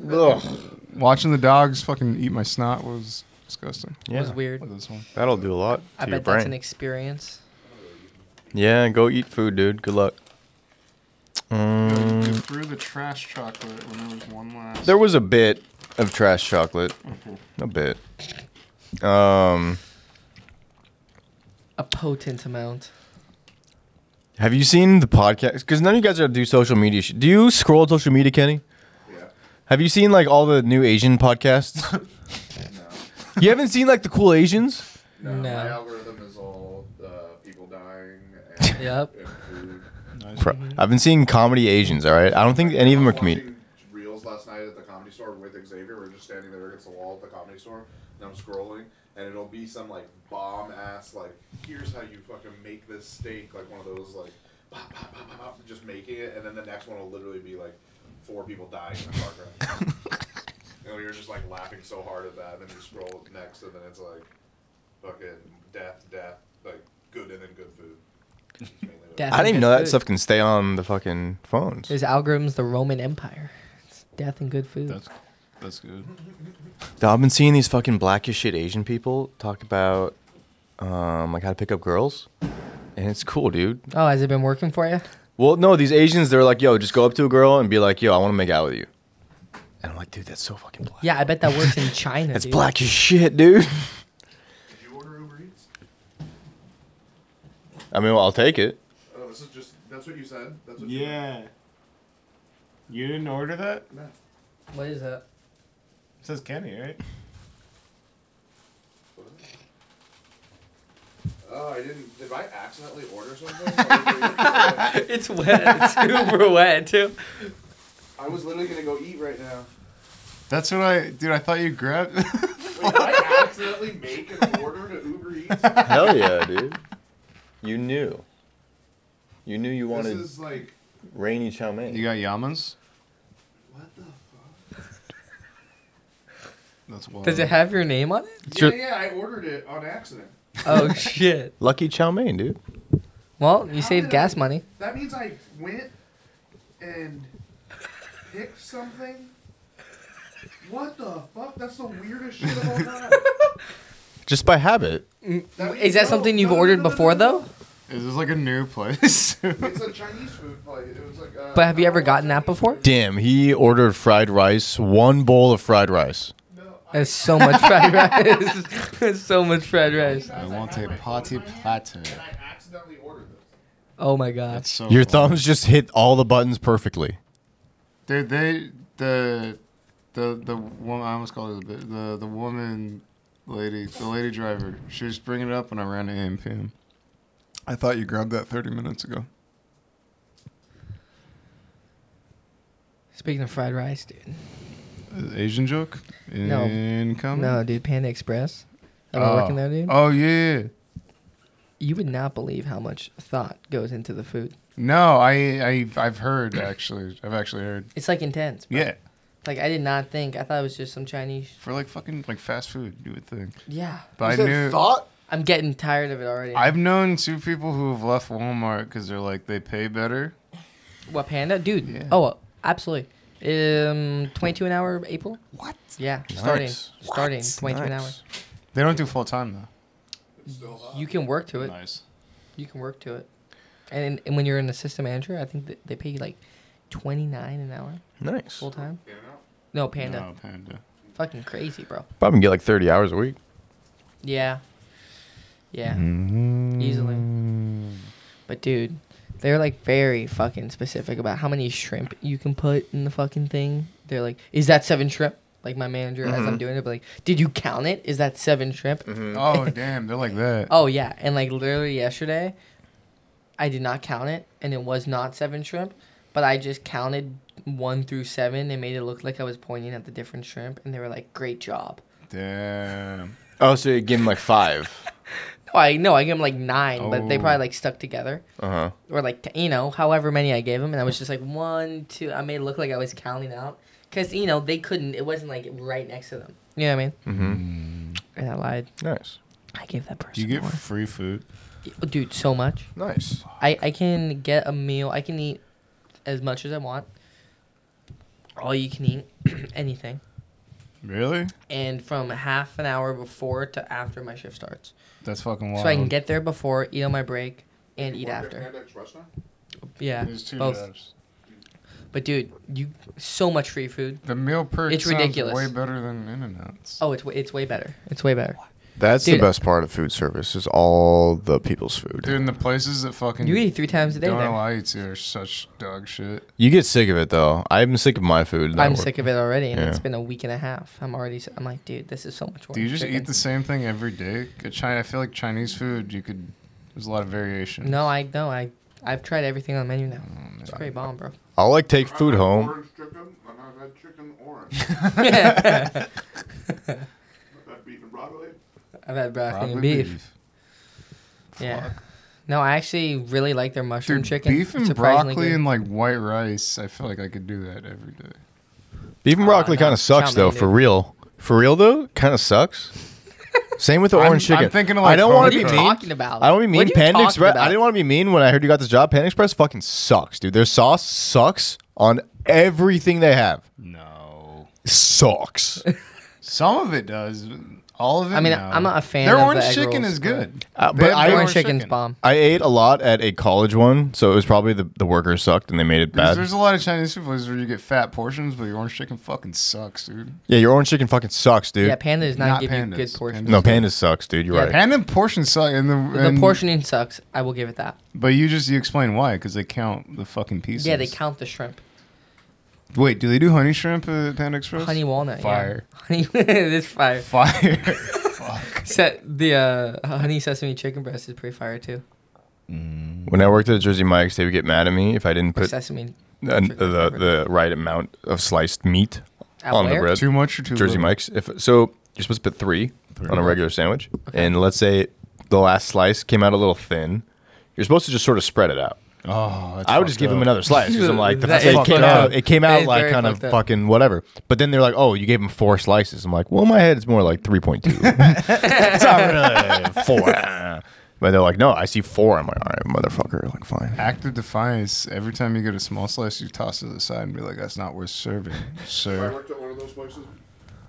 [SPEAKER 2] Watching the dogs fucking eat my snot was disgusting.
[SPEAKER 3] It was
[SPEAKER 1] yeah.
[SPEAKER 3] weird.
[SPEAKER 2] Look at this one.
[SPEAKER 1] That'll do a lot to
[SPEAKER 3] I
[SPEAKER 1] your
[SPEAKER 3] bet that's
[SPEAKER 1] brain.
[SPEAKER 3] an experience.
[SPEAKER 1] yeah, go eat food, dude. Good luck. Um,
[SPEAKER 2] threw the trash chocolate when there was one last.
[SPEAKER 1] there was a bit of trash chocolate,
[SPEAKER 3] Mm-hmm.
[SPEAKER 1] a bit. Um,
[SPEAKER 3] A potent amount.
[SPEAKER 1] have you seen the podcast? Because none of you guys are do social media. Sh- do you scroll social media, Kenny?
[SPEAKER 4] Yeah.
[SPEAKER 1] Have you seen like all the new Asian podcasts? you haven't seen like the cool Asians?
[SPEAKER 4] No.
[SPEAKER 3] No.
[SPEAKER 4] My algorithm is all uh, people dying and,
[SPEAKER 3] Yep.
[SPEAKER 4] and food.
[SPEAKER 1] Bro, I've been seeing comedy Asians. All right, I don't think any of them are comedians.
[SPEAKER 4] Watching Reels last night at the comedy store with Xavier. We're just standing there against the wall at the comedy store, and I'm scrolling, and it'll be some like bomb ass like, here's how you fucking make this steak, like one of those like, pop, pop, pop, pop, pop, just making it, and then the next one will literally be like, four people dying in a car crash. you know, you're just like laughing so hard at that, and then you scroll next, and then it's like, fucking death, death, like good and then good food. It's mainly what it
[SPEAKER 3] Death.
[SPEAKER 1] I didn't even know
[SPEAKER 3] Good.
[SPEAKER 1] that stuff can stay on the fucking phones.
[SPEAKER 3] His algorithm's the Roman Empire. It's death and good food.
[SPEAKER 2] That's that's good.
[SPEAKER 1] Dude, I've been seeing these fucking black as shit Asian people talk about um, like how to pick up girls, and it's cool, dude.
[SPEAKER 3] oh, has it been working for you?
[SPEAKER 1] Well, no, these Asians they're like, yo, just go up to a girl and be like, yo, I want to make out with you, and I'm like, dude, that's so fucking black.
[SPEAKER 3] Yeah, I bet that works in China.
[SPEAKER 1] it's
[SPEAKER 3] dude.
[SPEAKER 1] black as shit, dude.
[SPEAKER 4] is. Did you order Uber Eats?
[SPEAKER 1] I mean, well, I'll take it.
[SPEAKER 4] Oh, this is just. That's what you said. That's what You
[SPEAKER 2] Yeah. You didn't order that? It
[SPEAKER 4] No.
[SPEAKER 3] What is that?
[SPEAKER 2] says Kenny, right?
[SPEAKER 4] Oh, I didn't. Did I accidentally order something? I
[SPEAKER 3] It's wet. It's super wet too.
[SPEAKER 4] was literally gonna go eat right now.
[SPEAKER 2] That's what I, dude. I thought you grabbed.
[SPEAKER 4] Wait, did I accidentally make an order to Uber Eats?
[SPEAKER 1] Hell yeah, dude. You knew. You knew you
[SPEAKER 4] This
[SPEAKER 1] wanted
[SPEAKER 4] is like,
[SPEAKER 1] rainy chow mein.
[SPEAKER 2] you got yamas.
[SPEAKER 4] what the fuck?
[SPEAKER 2] That's wild.
[SPEAKER 3] Does it have your name on it?
[SPEAKER 1] Sure.
[SPEAKER 4] Yeah, yeah, I ordered it on accident.
[SPEAKER 3] Oh shit.
[SPEAKER 1] Lucky chow mein, dude.
[SPEAKER 3] Well, you
[SPEAKER 4] How
[SPEAKER 3] saved
[SPEAKER 4] did
[SPEAKER 3] gas
[SPEAKER 4] I-
[SPEAKER 3] money.
[SPEAKER 4] That means I went and picked something. What the fuck? That's the weirdest shit of all time.
[SPEAKER 1] Just by habit.
[SPEAKER 4] That-
[SPEAKER 3] Is that
[SPEAKER 4] no,
[SPEAKER 3] something you've
[SPEAKER 4] no, no,
[SPEAKER 3] ordered
[SPEAKER 4] no, no,
[SPEAKER 3] before
[SPEAKER 4] no, no.
[SPEAKER 3] though?
[SPEAKER 2] Is this like a new place?
[SPEAKER 4] It's a Chinese food place. It was like. Uh,
[SPEAKER 3] But have you ever
[SPEAKER 4] Taiwan
[SPEAKER 3] gotten that
[SPEAKER 4] Chinese
[SPEAKER 3] before?
[SPEAKER 1] Damn, he ordered fried rice, one bowl of fried rice.
[SPEAKER 4] food. No, I-
[SPEAKER 3] There's so much fried rice. There's so much fried rice.
[SPEAKER 2] I
[SPEAKER 4] Guys,
[SPEAKER 2] want
[SPEAKER 4] had
[SPEAKER 2] a
[SPEAKER 4] my
[SPEAKER 2] potty
[SPEAKER 4] phone in my hand,
[SPEAKER 2] platter.
[SPEAKER 4] And I accidentally ordered this.
[SPEAKER 3] Oh my god.
[SPEAKER 2] That's so.
[SPEAKER 1] Your
[SPEAKER 2] wild.
[SPEAKER 1] thumbs just hit all the buttons perfectly.
[SPEAKER 2] Dude, they the the the woman I almost called her the bi- the the woman lady the lady driver. She was bringing it up when I ran to AM PM. I thought you grabbed that thirty minutes ago.
[SPEAKER 3] Speaking of fried rice, dude.
[SPEAKER 2] Asian joke?
[SPEAKER 3] No.
[SPEAKER 2] Incoming?
[SPEAKER 3] No, dude, Panda Express. Am I working there, dude?
[SPEAKER 2] Oh yeah. yeah.
[SPEAKER 3] You would not believe how much thought goes into the food.
[SPEAKER 2] No, I I I've heard actually. I've actually heard.
[SPEAKER 3] It's like intense. bro.
[SPEAKER 2] Yeah,
[SPEAKER 3] Like I did not think. I thought it was just some Chinese.
[SPEAKER 2] for like fucking like fast food, you would think.
[SPEAKER 3] Yeah.
[SPEAKER 2] But I knew
[SPEAKER 1] thought?
[SPEAKER 3] I'm getting tired of it already.
[SPEAKER 2] I've known two people who have left Walmart because they're like they pay better.
[SPEAKER 3] what Panda, dude?
[SPEAKER 2] Yeah.
[SPEAKER 3] Oh, absolutely. Um, 22 an hour, April.
[SPEAKER 2] What?
[SPEAKER 3] Yeah, starting,
[SPEAKER 1] Nice.
[SPEAKER 3] starting, 22
[SPEAKER 1] Nice.
[SPEAKER 2] They don't do full time though.
[SPEAKER 4] It's still
[SPEAKER 3] an
[SPEAKER 4] hot.
[SPEAKER 3] hour. You can work to it.
[SPEAKER 2] Nice.
[SPEAKER 3] You can work to it. And and when you're an assistant manager, I think that they pay you like 29 an hour
[SPEAKER 1] Nice.
[SPEAKER 3] full time.
[SPEAKER 4] In and out.
[SPEAKER 3] No, Panda.
[SPEAKER 2] No, panda.
[SPEAKER 3] Fucking crazy, bro.
[SPEAKER 1] Probably get like 30 hours a week.
[SPEAKER 3] Yeah. Yeah. Easily. But dude, they're like very fucking specific about how many shrimp you can put in the fucking thing. They're like, is that seven shrimp? Like my manager, as I'm doing it, but like, did you count it? Is that seven shrimp?
[SPEAKER 2] Oh damn, they're like that.
[SPEAKER 3] Oh yeah, and like literally yesterday, I did not count it, and it was not seven shrimp, but I just counted one through seven and made it look like I was pointing at the different shrimp, and they were like, "Great job."
[SPEAKER 2] Damn.
[SPEAKER 1] Oh, so you give him like five.
[SPEAKER 3] No, I no, I gave him like nine, but they
[SPEAKER 2] Oh.
[SPEAKER 3] probably like stuck together
[SPEAKER 1] Uh huh.
[SPEAKER 3] or like t- you know however many I gave him, and I was just like one, two. I made it look like I was counting out because you know they couldn't. It wasn't like right next to them. You know what I mean? Mm.
[SPEAKER 1] Mm-hmm.
[SPEAKER 3] And I lied.
[SPEAKER 1] Nice.
[SPEAKER 3] I gave that
[SPEAKER 2] Do
[SPEAKER 3] person.
[SPEAKER 2] you get
[SPEAKER 3] more.
[SPEAKER 2] free food?
[SPEAKER 3] dude so much.
[SPEAKER 1] Nice.
[SPEAKER 3] I I can get a meal. I can eat as much as I want. All you can eat, anything.
[SPEAKER 2] Really?
[SPEAKER 3] and from half an hour before to after my shift starts.
[SPEAKER 2] That's fucking wild.
[SPEAKER 3] So I can get there bbefore, eat on my break, and
[SPEAKER 4] You
[SPEAKER 3] eat
[SPEAKER 4] work at
[SPEAKER 3] after.
[SPEAKER 4] Panda Express now?
[SPEAKER 3] Yeah,
[SPEAKER 2] There's two
[SPEAKER 3] both.
[SPEAKER 2] jobs.
[SPEAKER 3] But dude, you so much free food.
[SPEAKER 2] The meal perk
[SPEAKER 3] It's
[SPEAKER 2] sounds
[SPEAKER 3] ridiculous.
[SPEAKER 2] way better than In and Outs.
[SPEAKER 3] Oh, it's wa- it's way better. It's way better.
[SPEAKER 1] That's
[SPEAKER 3] Dude.
[SPEAKER 1] the best part of food service is all the people's food.
[SPEAKER 2] Dude, and the places that fucking
[SPEAKER 3] You eat three times a day
[SPEAKER 2] don't
[SPEAKER 3] there.
[SPEAKER 2] allow you to are such dog shit.
[SPEAKER 1] You get sick of it though. I'm sick of my food.
[SPEAKER 3] I'm sick of it already, and it's
[SPEAKER 1] Yeah.
[SPEAKER 3] been a week and a half. I'm already. s- I'm like, dude, this is so much work.
[SPEAKER 2] Do you just
[SPEAKER 3] Chicken.
[SPEAKER 2] eat the same thing every day? Good China, I feel like Chinese food, you could. There's a lot of variation.
[SPEAKER 3] No, I no, I I've tried everything on the menu now.
[SPEAKER 2] Oh, man.
[SPEAKER 3] It's pretty bomb, bro.
[SPEAKER 1] I'll like take
[SPEAKER 4] I've
[SPEAKER 1] food
[SPEAKER 4] had
[SPEAKER 1] home.
[SPEAKER 4] Orange chicken, and I've had chicken orange.
[SPEAKER 3] I've
[SPEAKER 4] I've had beef and broccoli.
[SPEAKER 3] had broccoli
[SPEAKER 2] Probably
[SPEAKER 3] and beef. Yeah. No, I actually really like their mushroom
[SPEAKER 2] Dude,
[SPEAKER 3] chicken.
[SPEAKER 2] beef and
[SPEAKER 3] Surprisingly
[SPEAKER 2] broccoli
[SPEAKER 3] good.
[SPEAKER 2] and like white rice. I feel like I could do that every day.
[SPEAKER 1] Beef and
[SPEAKER 3] Ah,
[SPEAKER 1] broccoli
[SPEAKER 3] no,
[SPEAKER 1] kind of sucks
[SPEAKER 3] chow
[SPEAKER 1] though.
[SPEAKER 3] mein,
[SPEAKER 1] For
[SPEAKER 3] dude.
[SPEAKER 1] real. For real though, kind of sucks. Same with the
[SPEAKER 2] I'm-
[SPEAKER 1] orange chicken.
[SPEAKER 2] I'm thinking of,
[SPEAKER 1] I
[SPEAKER 2] like,
[SPEAKER 1] don't
[SPEAKER 3] What
[SPEAKER 1] want
[SPEAKER 3] are
[SPEAKER 1] to
[SPEAKER 3] you
[SPEAKER 1] be mean.
[SPEAKER 3] talking about?
[SPEAKER 1] I don't mean
[SPEAKER 3] What are
[SPEAKER 1] mean.
[SPEAKER 3] you
[SPEAKER 1] Panda
[SPEAKER 3] talking
[SPEAKER 1] Express. I
[SPEAKER 3] about?
[SPEAKER 1] didn't want to be mean when I heard you got this job. Panda Express fucking sucks, dude. Their sauce sucks on everything they have.
[SPEAKER 2] No.
[SPEAKER 1] Sucks.
[SPEAKER 2] Some of it does. All of it.
[SPEAKER 3] I mean,
[SPEAKER 2] no.
[SPEAKER 3] I'm not a fan
[SPEAKER 2] Their
[SPEAKER 3] of the
[SPEAKER 2] orange
[SPEAKER 3] egg
[SPEAKER 2] chicken
[SPEAKER 3] rolls,
[SPEAKER 2] is
[SPEAKER 3] but-
[SPEAKER 2] good.
[SPEAKER 1] Uh,
[SPEAKER 2] They
[SPEAKER 1] but
[SPEAKER 2] have
[SPEAKER 1] I-
[SPEAKER 2] their
[SPEAKER 3] Orange chicken's bomb.
[SPEAKER 1] I ate a lot at a college one, so it was probably the, the workers sucked and they made it
[SPEAKER 2] There's,
[SPEAKER 1] bad.
[SPEAKER 2] there's a lot of Chinese food places where you get fat portions, but your orange chicken fucking sucks, dude.
[SPEAKER 1] yeah, your orange chicken fucking sucks, dude.
[SPEAKER 3] Yeah, panda does not,
[SPEAKER 2] Not
[SPEAKER 3] give
[SPEAKER 2] pandas.
[SPEAKER 3] you good portions.
[SPEAKER 1] no, pandas sucks, dude. You're
[SPEAKER 3] Yeah,
[SPEAKER 1] right.
[SPEAKER 2] And then portions suck. And the,
[SPEAKER 3] The
[SPEAKER 2] and-
[SPEAKER 3] portioning sucks. I will give it that.
[SPEAKER 2] But you just you explain why because they count the fucking pieces.
[SPEAKER 3] Yeah, they count the shrimp.
[SPEAKER 2] Wait, do they do honey shrimp at Panda Express?
[SPEAKER 3] Honey walnut.
[SPEAKER 2] Fire.
[SPEAKER 3] Yeah. Honey, this fire.
[SPEAKER 2] Fire. Fuck.
[SPEAKER 3] Set the uh, honey sesame chicken breast is pretty fire too.
[SPEAKER 1] when I worked at Jersey Mike's, they would get mad at me if I didn't
[SPEAKER 3] Or
[SPEAKER 1] put
[SPEAKER 3] sesame.
[SPEAKER 1] the, the, the right amount of sliced meat
[SPEAKER 3] At
[SPEAKER 1] on
[SPEAKER 3] where?
[SPEAKER 1] the bread.
[SPEAKER 2] Too much or too
[SPEAKER 1] Jersey
[SPEAKER 2] little?
[SPEAKER 1] Mike's. If so, you're supposed to put three,
[SPEAKER 2] Three.
[SPEAKER 1] on a regular sandwich, and let's say the last slice came out a little thin. You're supposed to just sort of spread it out.
[SPEAKER 2] Oh, that's
[SPEAKER 1] I would just
[SPEAKER 2] fucked
[SPEAKER 1] give him
[SPEAKER 2] up.
[SPEAKER 1] another slice because I'm like, the
[SPEAKER 3] That
[SPEAKER 1] fact that
[SPEAKER 2] is
[SPEAKER 1] it came
[SPEAKER 2] fucked
[SPEAKER 1] out,
[SPEAKER 2] up.
[SPEAKER 1] it came
[SPEAKER 3] That
[SPEAKER 1] out
[SPEAKER 3] is
[SPEAKER 1] like
[SPEAKER 3] very
[SPEAKER 1] kind of
[SPEAKER 3] fucked up.
[SPEAKER 1] fucking whatever. But then they're like, oh, you gave him four slices. I'm like, well, in my head it's more like three point two. It's not really four. But they're like, no, I see four. I'm like, all right, motherfucker, like fine.
[SPEAKER 2] Act of defiance. Every time you get a small slice, you toss it to the side and be like, "That's not worth serving,
[SPEAKER 4] If I
[SPEAKER 2] sir."
[SPEAKER 4] worked at one of those places,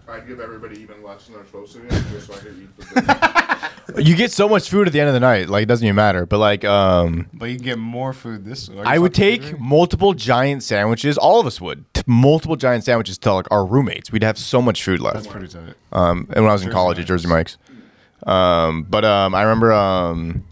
[SPEAKER 4] I'd give everybody even less than they're supposed to get, just so I could eat the thing.
[SPEAKER 1] You get so much food at the end of the night, like it doesn't even matter. But like, um,
[SPEAKER 2] But you get more food this way. Are you
[SPEAKER 1] I would
[SPEAKER 2] fucking
[SPEAKER 1] take
[SPEAKER 2] kidding me?
[SPEAKER 1] multiple giant sandwiches. All of us would t- multiple giant sandwiches to like our roommates. We'd have so much food
[SPEAKER 2] That's
[SPEAKER 1] left.
[SPEAKER 2] pretty tight.
[SPEAKER 1] Um, and when I was in
[SPEAKER 2] Jersey
[SPEAKER 1] college at
[SPEAKER 2] Mike's.
[SPEAKER 1] Jersey Mike's, um, but um, I remember um,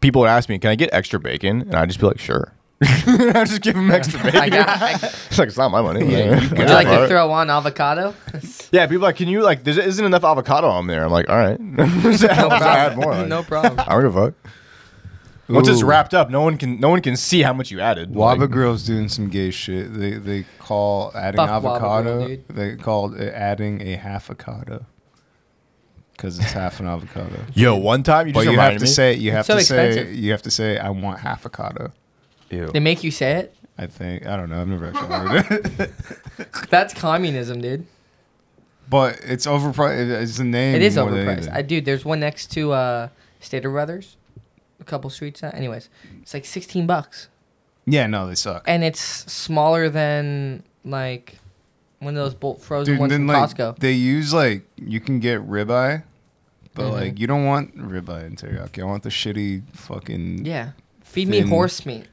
[SPEAKER 1] people would ask me, "Can I get extra bacon?" And I'd just be like, "Sure." I just give them extra bacon.
[SPEAKER 3] I got. I,
[SPEAKER 1] It's like it's not my money.
[SPEAKER 2] Yeah, you
[SPEAKER 3] would
[SPEAKER 2] got
[SPEAKER 3] you like
[SPEAKER 1] Alright.
[SPEAKER 3] to throw on avocado?
[SPEAKER 1] Yeah, people are like, can you like? There isn't enough avocado on there. I'm like, all right. So I'll just add more. Like,
[SPEAKER 3] no problem.
[SPEAKER 1] I don't give a fuck. Once it's
[SPEAKER 2] Ooh.
[SPEAKER 1] wrapped up, no one can no one can see how much you added.
[SPEAKER 2] Waba
[SPEAKER 1] Like,
[SPEAKER 2] Grill's doing some gay shit. They they call adding
[SPEAKER 3] Fuck Waba
[SPEAKER 2] avocado.
[SPEAKER 3] Grill, dude.
[SPEAKER 2] they called it adding a half avocado because it's half an avocado.
[SPEAKER 1] yo, one time you just
[SPEAKER 2] But you have
[SPEAKER 1] reminded
[SPEAKER 2] to
[SPEAKER 1] me.
[SPEAKER 2] say you have
[SPEAKER 3] so
[SPEAKER 2] to
[SPEAKER 3] expensive.
[SPEAKER 2] say you have to say I want half avocado.
[SPEAKER 1] Ew.
[SPEAKER 3] They make you say it.
[SPEAKER 2] I think I don't know. I've never actually heard it,
[SPEAKER 3] That's communism, dude.
[SPEAKER 2] but it's overpriced. It's the name.
[SPEAKER 3] It is
[SPEAKER 2] more than
[SPEAKER 3] overpriced.
[SPEAKER 2] anything.
[SPEAKER 3] I dude, there's one next to uh Stater Brothers, a couple streets down. Anyways, it's like 16 bucks,
[SPEAKER 2] yeah, no, they suck.
[SPEAKER 3] and it's smaller than like one of those bolt frozen
[SPEAKER 2] Dude,
[SPEAKER 3] ones
[SPEAKER 2] then
[SPEAKER 3] from
[SPEAKER 2] like
[SPEAKER 3] Costco.
[SPEAKER 2] they use like you can get ribeye, but
[SPEAKER 3] Mhm.
[SPEAKER 2] like you don't want ribeye and teriyaki. I want the shitty fucking.
[SPEAKER 3] Yeah, feed me
[SPEAKER 2] thin-
[SPEAKER 3] horse meat.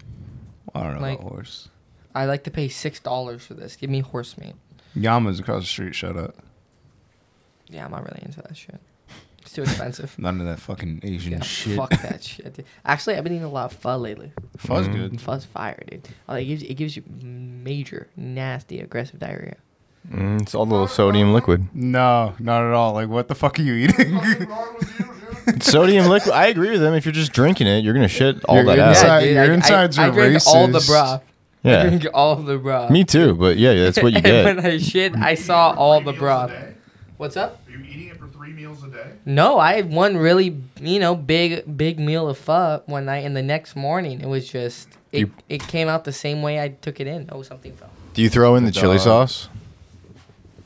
[SPEAKER 2] I don't know
[SPEAKER 3] like-
[SPEAKER 2] about horse.
[SPEAKER 3] I like to pay six dollars for this. Give me horse meat.
[SPEAKER 2] Yama's across the street. Shut up.
[SPEAKER 3] Yeah, I'm not really into that shit. It's too expensive.
[SPEAKER 2] None of that fucking Asian
[SPEAKER 3] Yeah,
[SPEAKER 2] shit.
[SPEAKER 3] fuck that shit. Dude. Actually, I've been eating a lot of pho lately.
[SPEAKER 2] Fuzz
[SPEAKER 1] Mm.
[SPEAKER 2] good.
[SPEAKER 3] Pho's fire, dude. Oh, it gives it gives you major nasty aggressive diarrhea.
[SPEAKER 1] Mm, it's all the sodium liquid.
[SPEAKER 2] No, not at all. Like, what the fuck are you eating?
[SPEAKER 4] What's wrong with you, dude?
[SPEAKER 1] sodium liquid. I agree with them. If you're just drinking it, you're gonna shit all
[SPEAKER 2] You're
[SPEAKER 1] that
[SPEAKER 2] Yeah,
[SPEAKER 1] out.
[SPEAKER 2] inside- your insides
[SPEAKER 3] I,
[SPEAKER 2] are
[SPEAKER 3] drink all the
[SPEAKER 2] racist.
[SPEAKER 3] broth. I
[SPEAKER 1] Yeah.
[SPEAKER 3] drink all the broth.
[SPEAKER 1] Me too. But yeah, that's what you
[SPEAKER 3] and
[SPEAKER 1] get.
[SPEAKER 3] when I shit, I saw all the
[SPEAKER 4] Three meals a
[SPEAKER 3] broth.
[SPEAKER 4] day?
[SPEAKER 3] What's up?
[SPEAKER 4] Are you eating it for three three meals a day?
[SPEAKER 3] No, I had one really, you know, big big meal of pho one night, and the next morning it was just it,
[SPEAKER 1] You-
[SPEAKER 3] it came out the same way I took it in. Oh, something fell.
[SPEAKER 1] Do you throw in the
[SPEAKER 2] Dog.
[SPEAKER 1] chili sauce?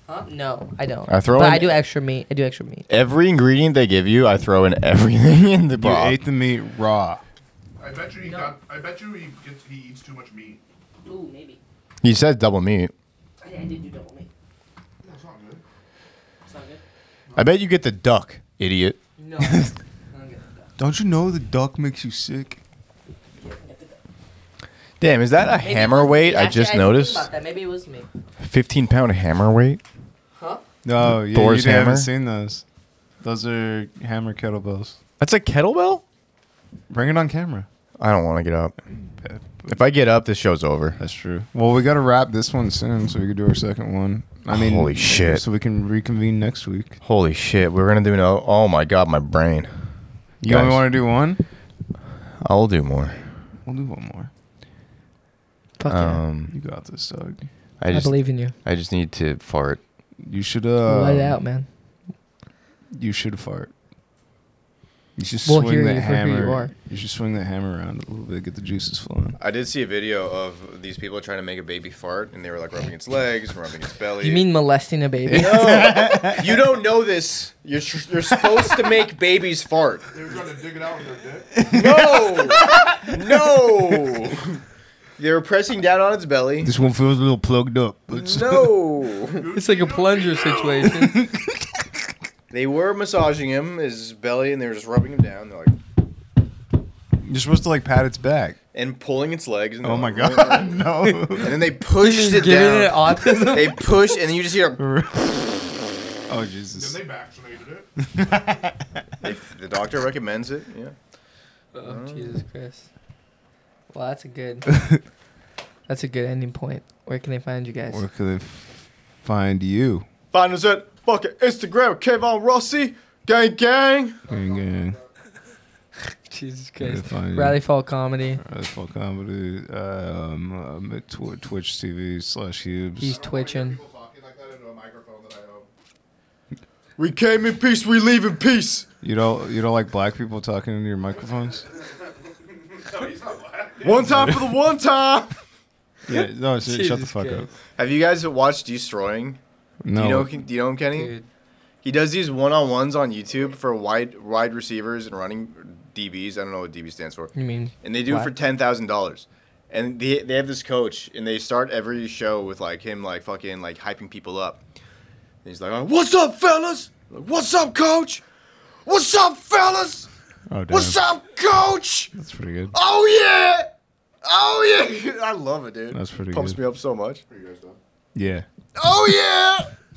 [SPEAKER 3] Huh? No, I don't.
[SPEAKER 1] I throw
[SPEAKER 3] but
[SPEAKER 1] in-
[SPEAKER 3] I do extra meat. I do extra meat.
[SPEAKER 1] Every ingredient they give you, I throw in everything in the
[SPEAKER 2] You
[SPEAKER 1] broth.
[SPEAKER 2] ate the meat raw.
[SPEAKER 4] I bet you he
[SPEAKER 3] No.
[SPEAKER 4] got. I bet you he gets. He eats too much meat.
[SPEAKER 3] Ooh, maybe.
[SPEAKER 1] He says double meat.
[SPEAKER 3] I, I did do double meat.
[SPEAKER 4] That's not good.
[SPEAKER 3] It's not good.
[SPEAKER 1] I bet you get the duck, idiot.
[SPEAKER 3] No.
[SPEAKER 2] Don't you know the duck makes you sick?
[SPEAKER 1] Damn, is that a hammer weight? I just noticed.
[SPEAKER 3] Maybe it was me.
[SPEAKER 1] 15 pound hammer weight?
[SPEAKER 3] Huh?
[SPEAKER 2] No, yeah,
[SPEAKER 1] Thor's
[SPEAKER 2] you
[SPEAKER 1] hammer?
[SPEAKER 2] haven't seen those. Those are hammer kettlebells.
[SPEAKER 1] That's a kettlebell?
[SPEAKER 2] Bring it on camera.
[SPEAKER 1] I don't want to get up. If I get up, this show's over.
[SPEAKER 2] That's true. Well, we got to wrap this one soon so we can do our second one. I mean,
[SPEAKER 1] Holy shit.
[SPEAKER 2] So we can reconvene next week.
[SPEAKER 1] Holy shit, we're going to do no. Oh my god, my brain.
[SPEAKER 2] You only want to do one?
[SPEAKER 1] I'll do more.
[SPEAKER 2] We'll do one more.
[SPEAKER 3] Fuck
[SPEAKER 2] You
[SPEAKER 1] Um,
[SPEAKER 2] got this, dog.
[SPEAKER 1] I
[SPEAKER 3] yeah. I,
[SPEAKER 1] just
[SPEAKER 3] believe in you.
[SPEAKER 1] I just need to fart.
[SPEAKER 2] You should uh.
[SPEAKER 3] Let it out, man.
[SPEAKER 2] You should fart. You should
[SPEAKER 3] We'll
[SPEAKER 2] swing
[SPEAKER 3] hear
[SPEAKER 2] that
[SPEAKER 3] you for who you
[SPEAKER 2] hammer.
[SPEAKER 3] are.
[SPEAKER 2] should swing that hammer around a little bit, get the juices flowing.
[SPEAKER 1] I did see a video of these people trying to make a baby fart, and they were like rubbing its legs, rubbing its belly.
[SPEAKER 3] You mean molesting a baby?
[SPEAKER 1] No, you don't know this. You're tr- you're supposed to make babies fart.
[SPEAKER 4] They were trying to dig it out with their
[SPEAKER 1] No,
[SPEAKER 4] dick.
[SPEAKER 1] no. They were pressing down on its belly.
[SPEAKER 2] This one feels a little plugged up. It's-
[SPEAKER 1] No,
[SPEAKER 3] It's like a plunger situation.
[SPEAKER 1] they were massaging him his belly, and they were just rubbing him down. They're like
[SPEAKER 2] You're supposed to like pat its back.
[SPEAKER 1] and pulling its legs. And
[SPEAKER 2] Oh my
[SPEAKER 1] they're like-
[SPEAKER 2] god, no.
[SPEAKER 1] And then they pushed it
[SPEAKER 3] Giving it
[SPEAKER 1] down.
[SPEAKER 3] autism.
[SPEAKER 1] They pushed, and then you just hear
[SPEAKER 2] oh
[SPEAKER 4] Then
[SPEAKER 2] Jesus.
[SPEAKER 4] they vaccinated it.
[SPEAKER 1] if the doctor recommends it. Yeah.
[SPEAKER 3] Oh, Jesus Christ. Well, that's a good. that's a good ending point. Where can they find you guys?
[SPEAKER 2] Where could they f- find you?
[SPEAKER 1] Find us at fucking Instagram, Kevon Rossi, gang gang.
[SPEAKER 2] Gang, gang.
[SPEAKER 3] Jesus
[SPEAKER 2] Where they
[SPEAKER 3] Christ.
[SPEAKER 2] find you?
[SPEAKER 3] Rally Fall Comedy.
[SPEAKER 2] Rally Fall Comedy. Um, um, at tw- Twitch TV slash
[SPEAKER 3] He's
[SPEAKER 2] Hubes.
[SPEAKER 3] twitching.
[SPEAKER 4] People talking like that into a microphone that I own.
[SPEAKER 1] We came in peace, we leave in peace.
[SPEAKER 2] You don't you don't like black people talking into your microphones?
[SPEAKER 4] No, he's not black.
[SPEAKER 1] One time for the one time.
[SPEAKER 2] Yeah. No. ser- shut the
[SPEAKER 3] Jesus
[SPEAKER 2] fuck
[SPEAKER 3] Christ.
[SPEAKER 2] up.
[SPEAKER 1] Have you guys watched Destroying?
[SPEAKER 2] No.
[SPEAKER 1] Do you know, do you know him, Kenny?
[SPEAKER 3] Dude.
[SPEAKER 1] He does these one on ones on YouTube for wide wide receivers and running DBs. I don't know what DB stands for.
[SPEAKER 3] You mean
[SPEAKER 1] And they do it
[SPEAKER 3] What?
[SPEAKER 1] for ten thousand dollars. And they they have this coach, and they start every show with like him like fucking like hyping people up. And he's like, oh, "What's up, fellas? Like, What's up, coach? What's up, fellas?
[SPEAKER 2] oh, damn.
[SPEAKER 1] What's up, coach?
[SPEAKER 2] That's pretty good.
[SPEAKER 1] Oh yeah, oh yeah. I love it, dude.
[SPEAKER 2] That's pretty
[SPEAKER 1] Pumps
[SPEAKER 2] good.
[SPEAKER 1] me up so much.
[SPEAKER 4] Are you guys done?
[SPEAKER 2] Yeah.
[SPEAKER 1] Oh yeah.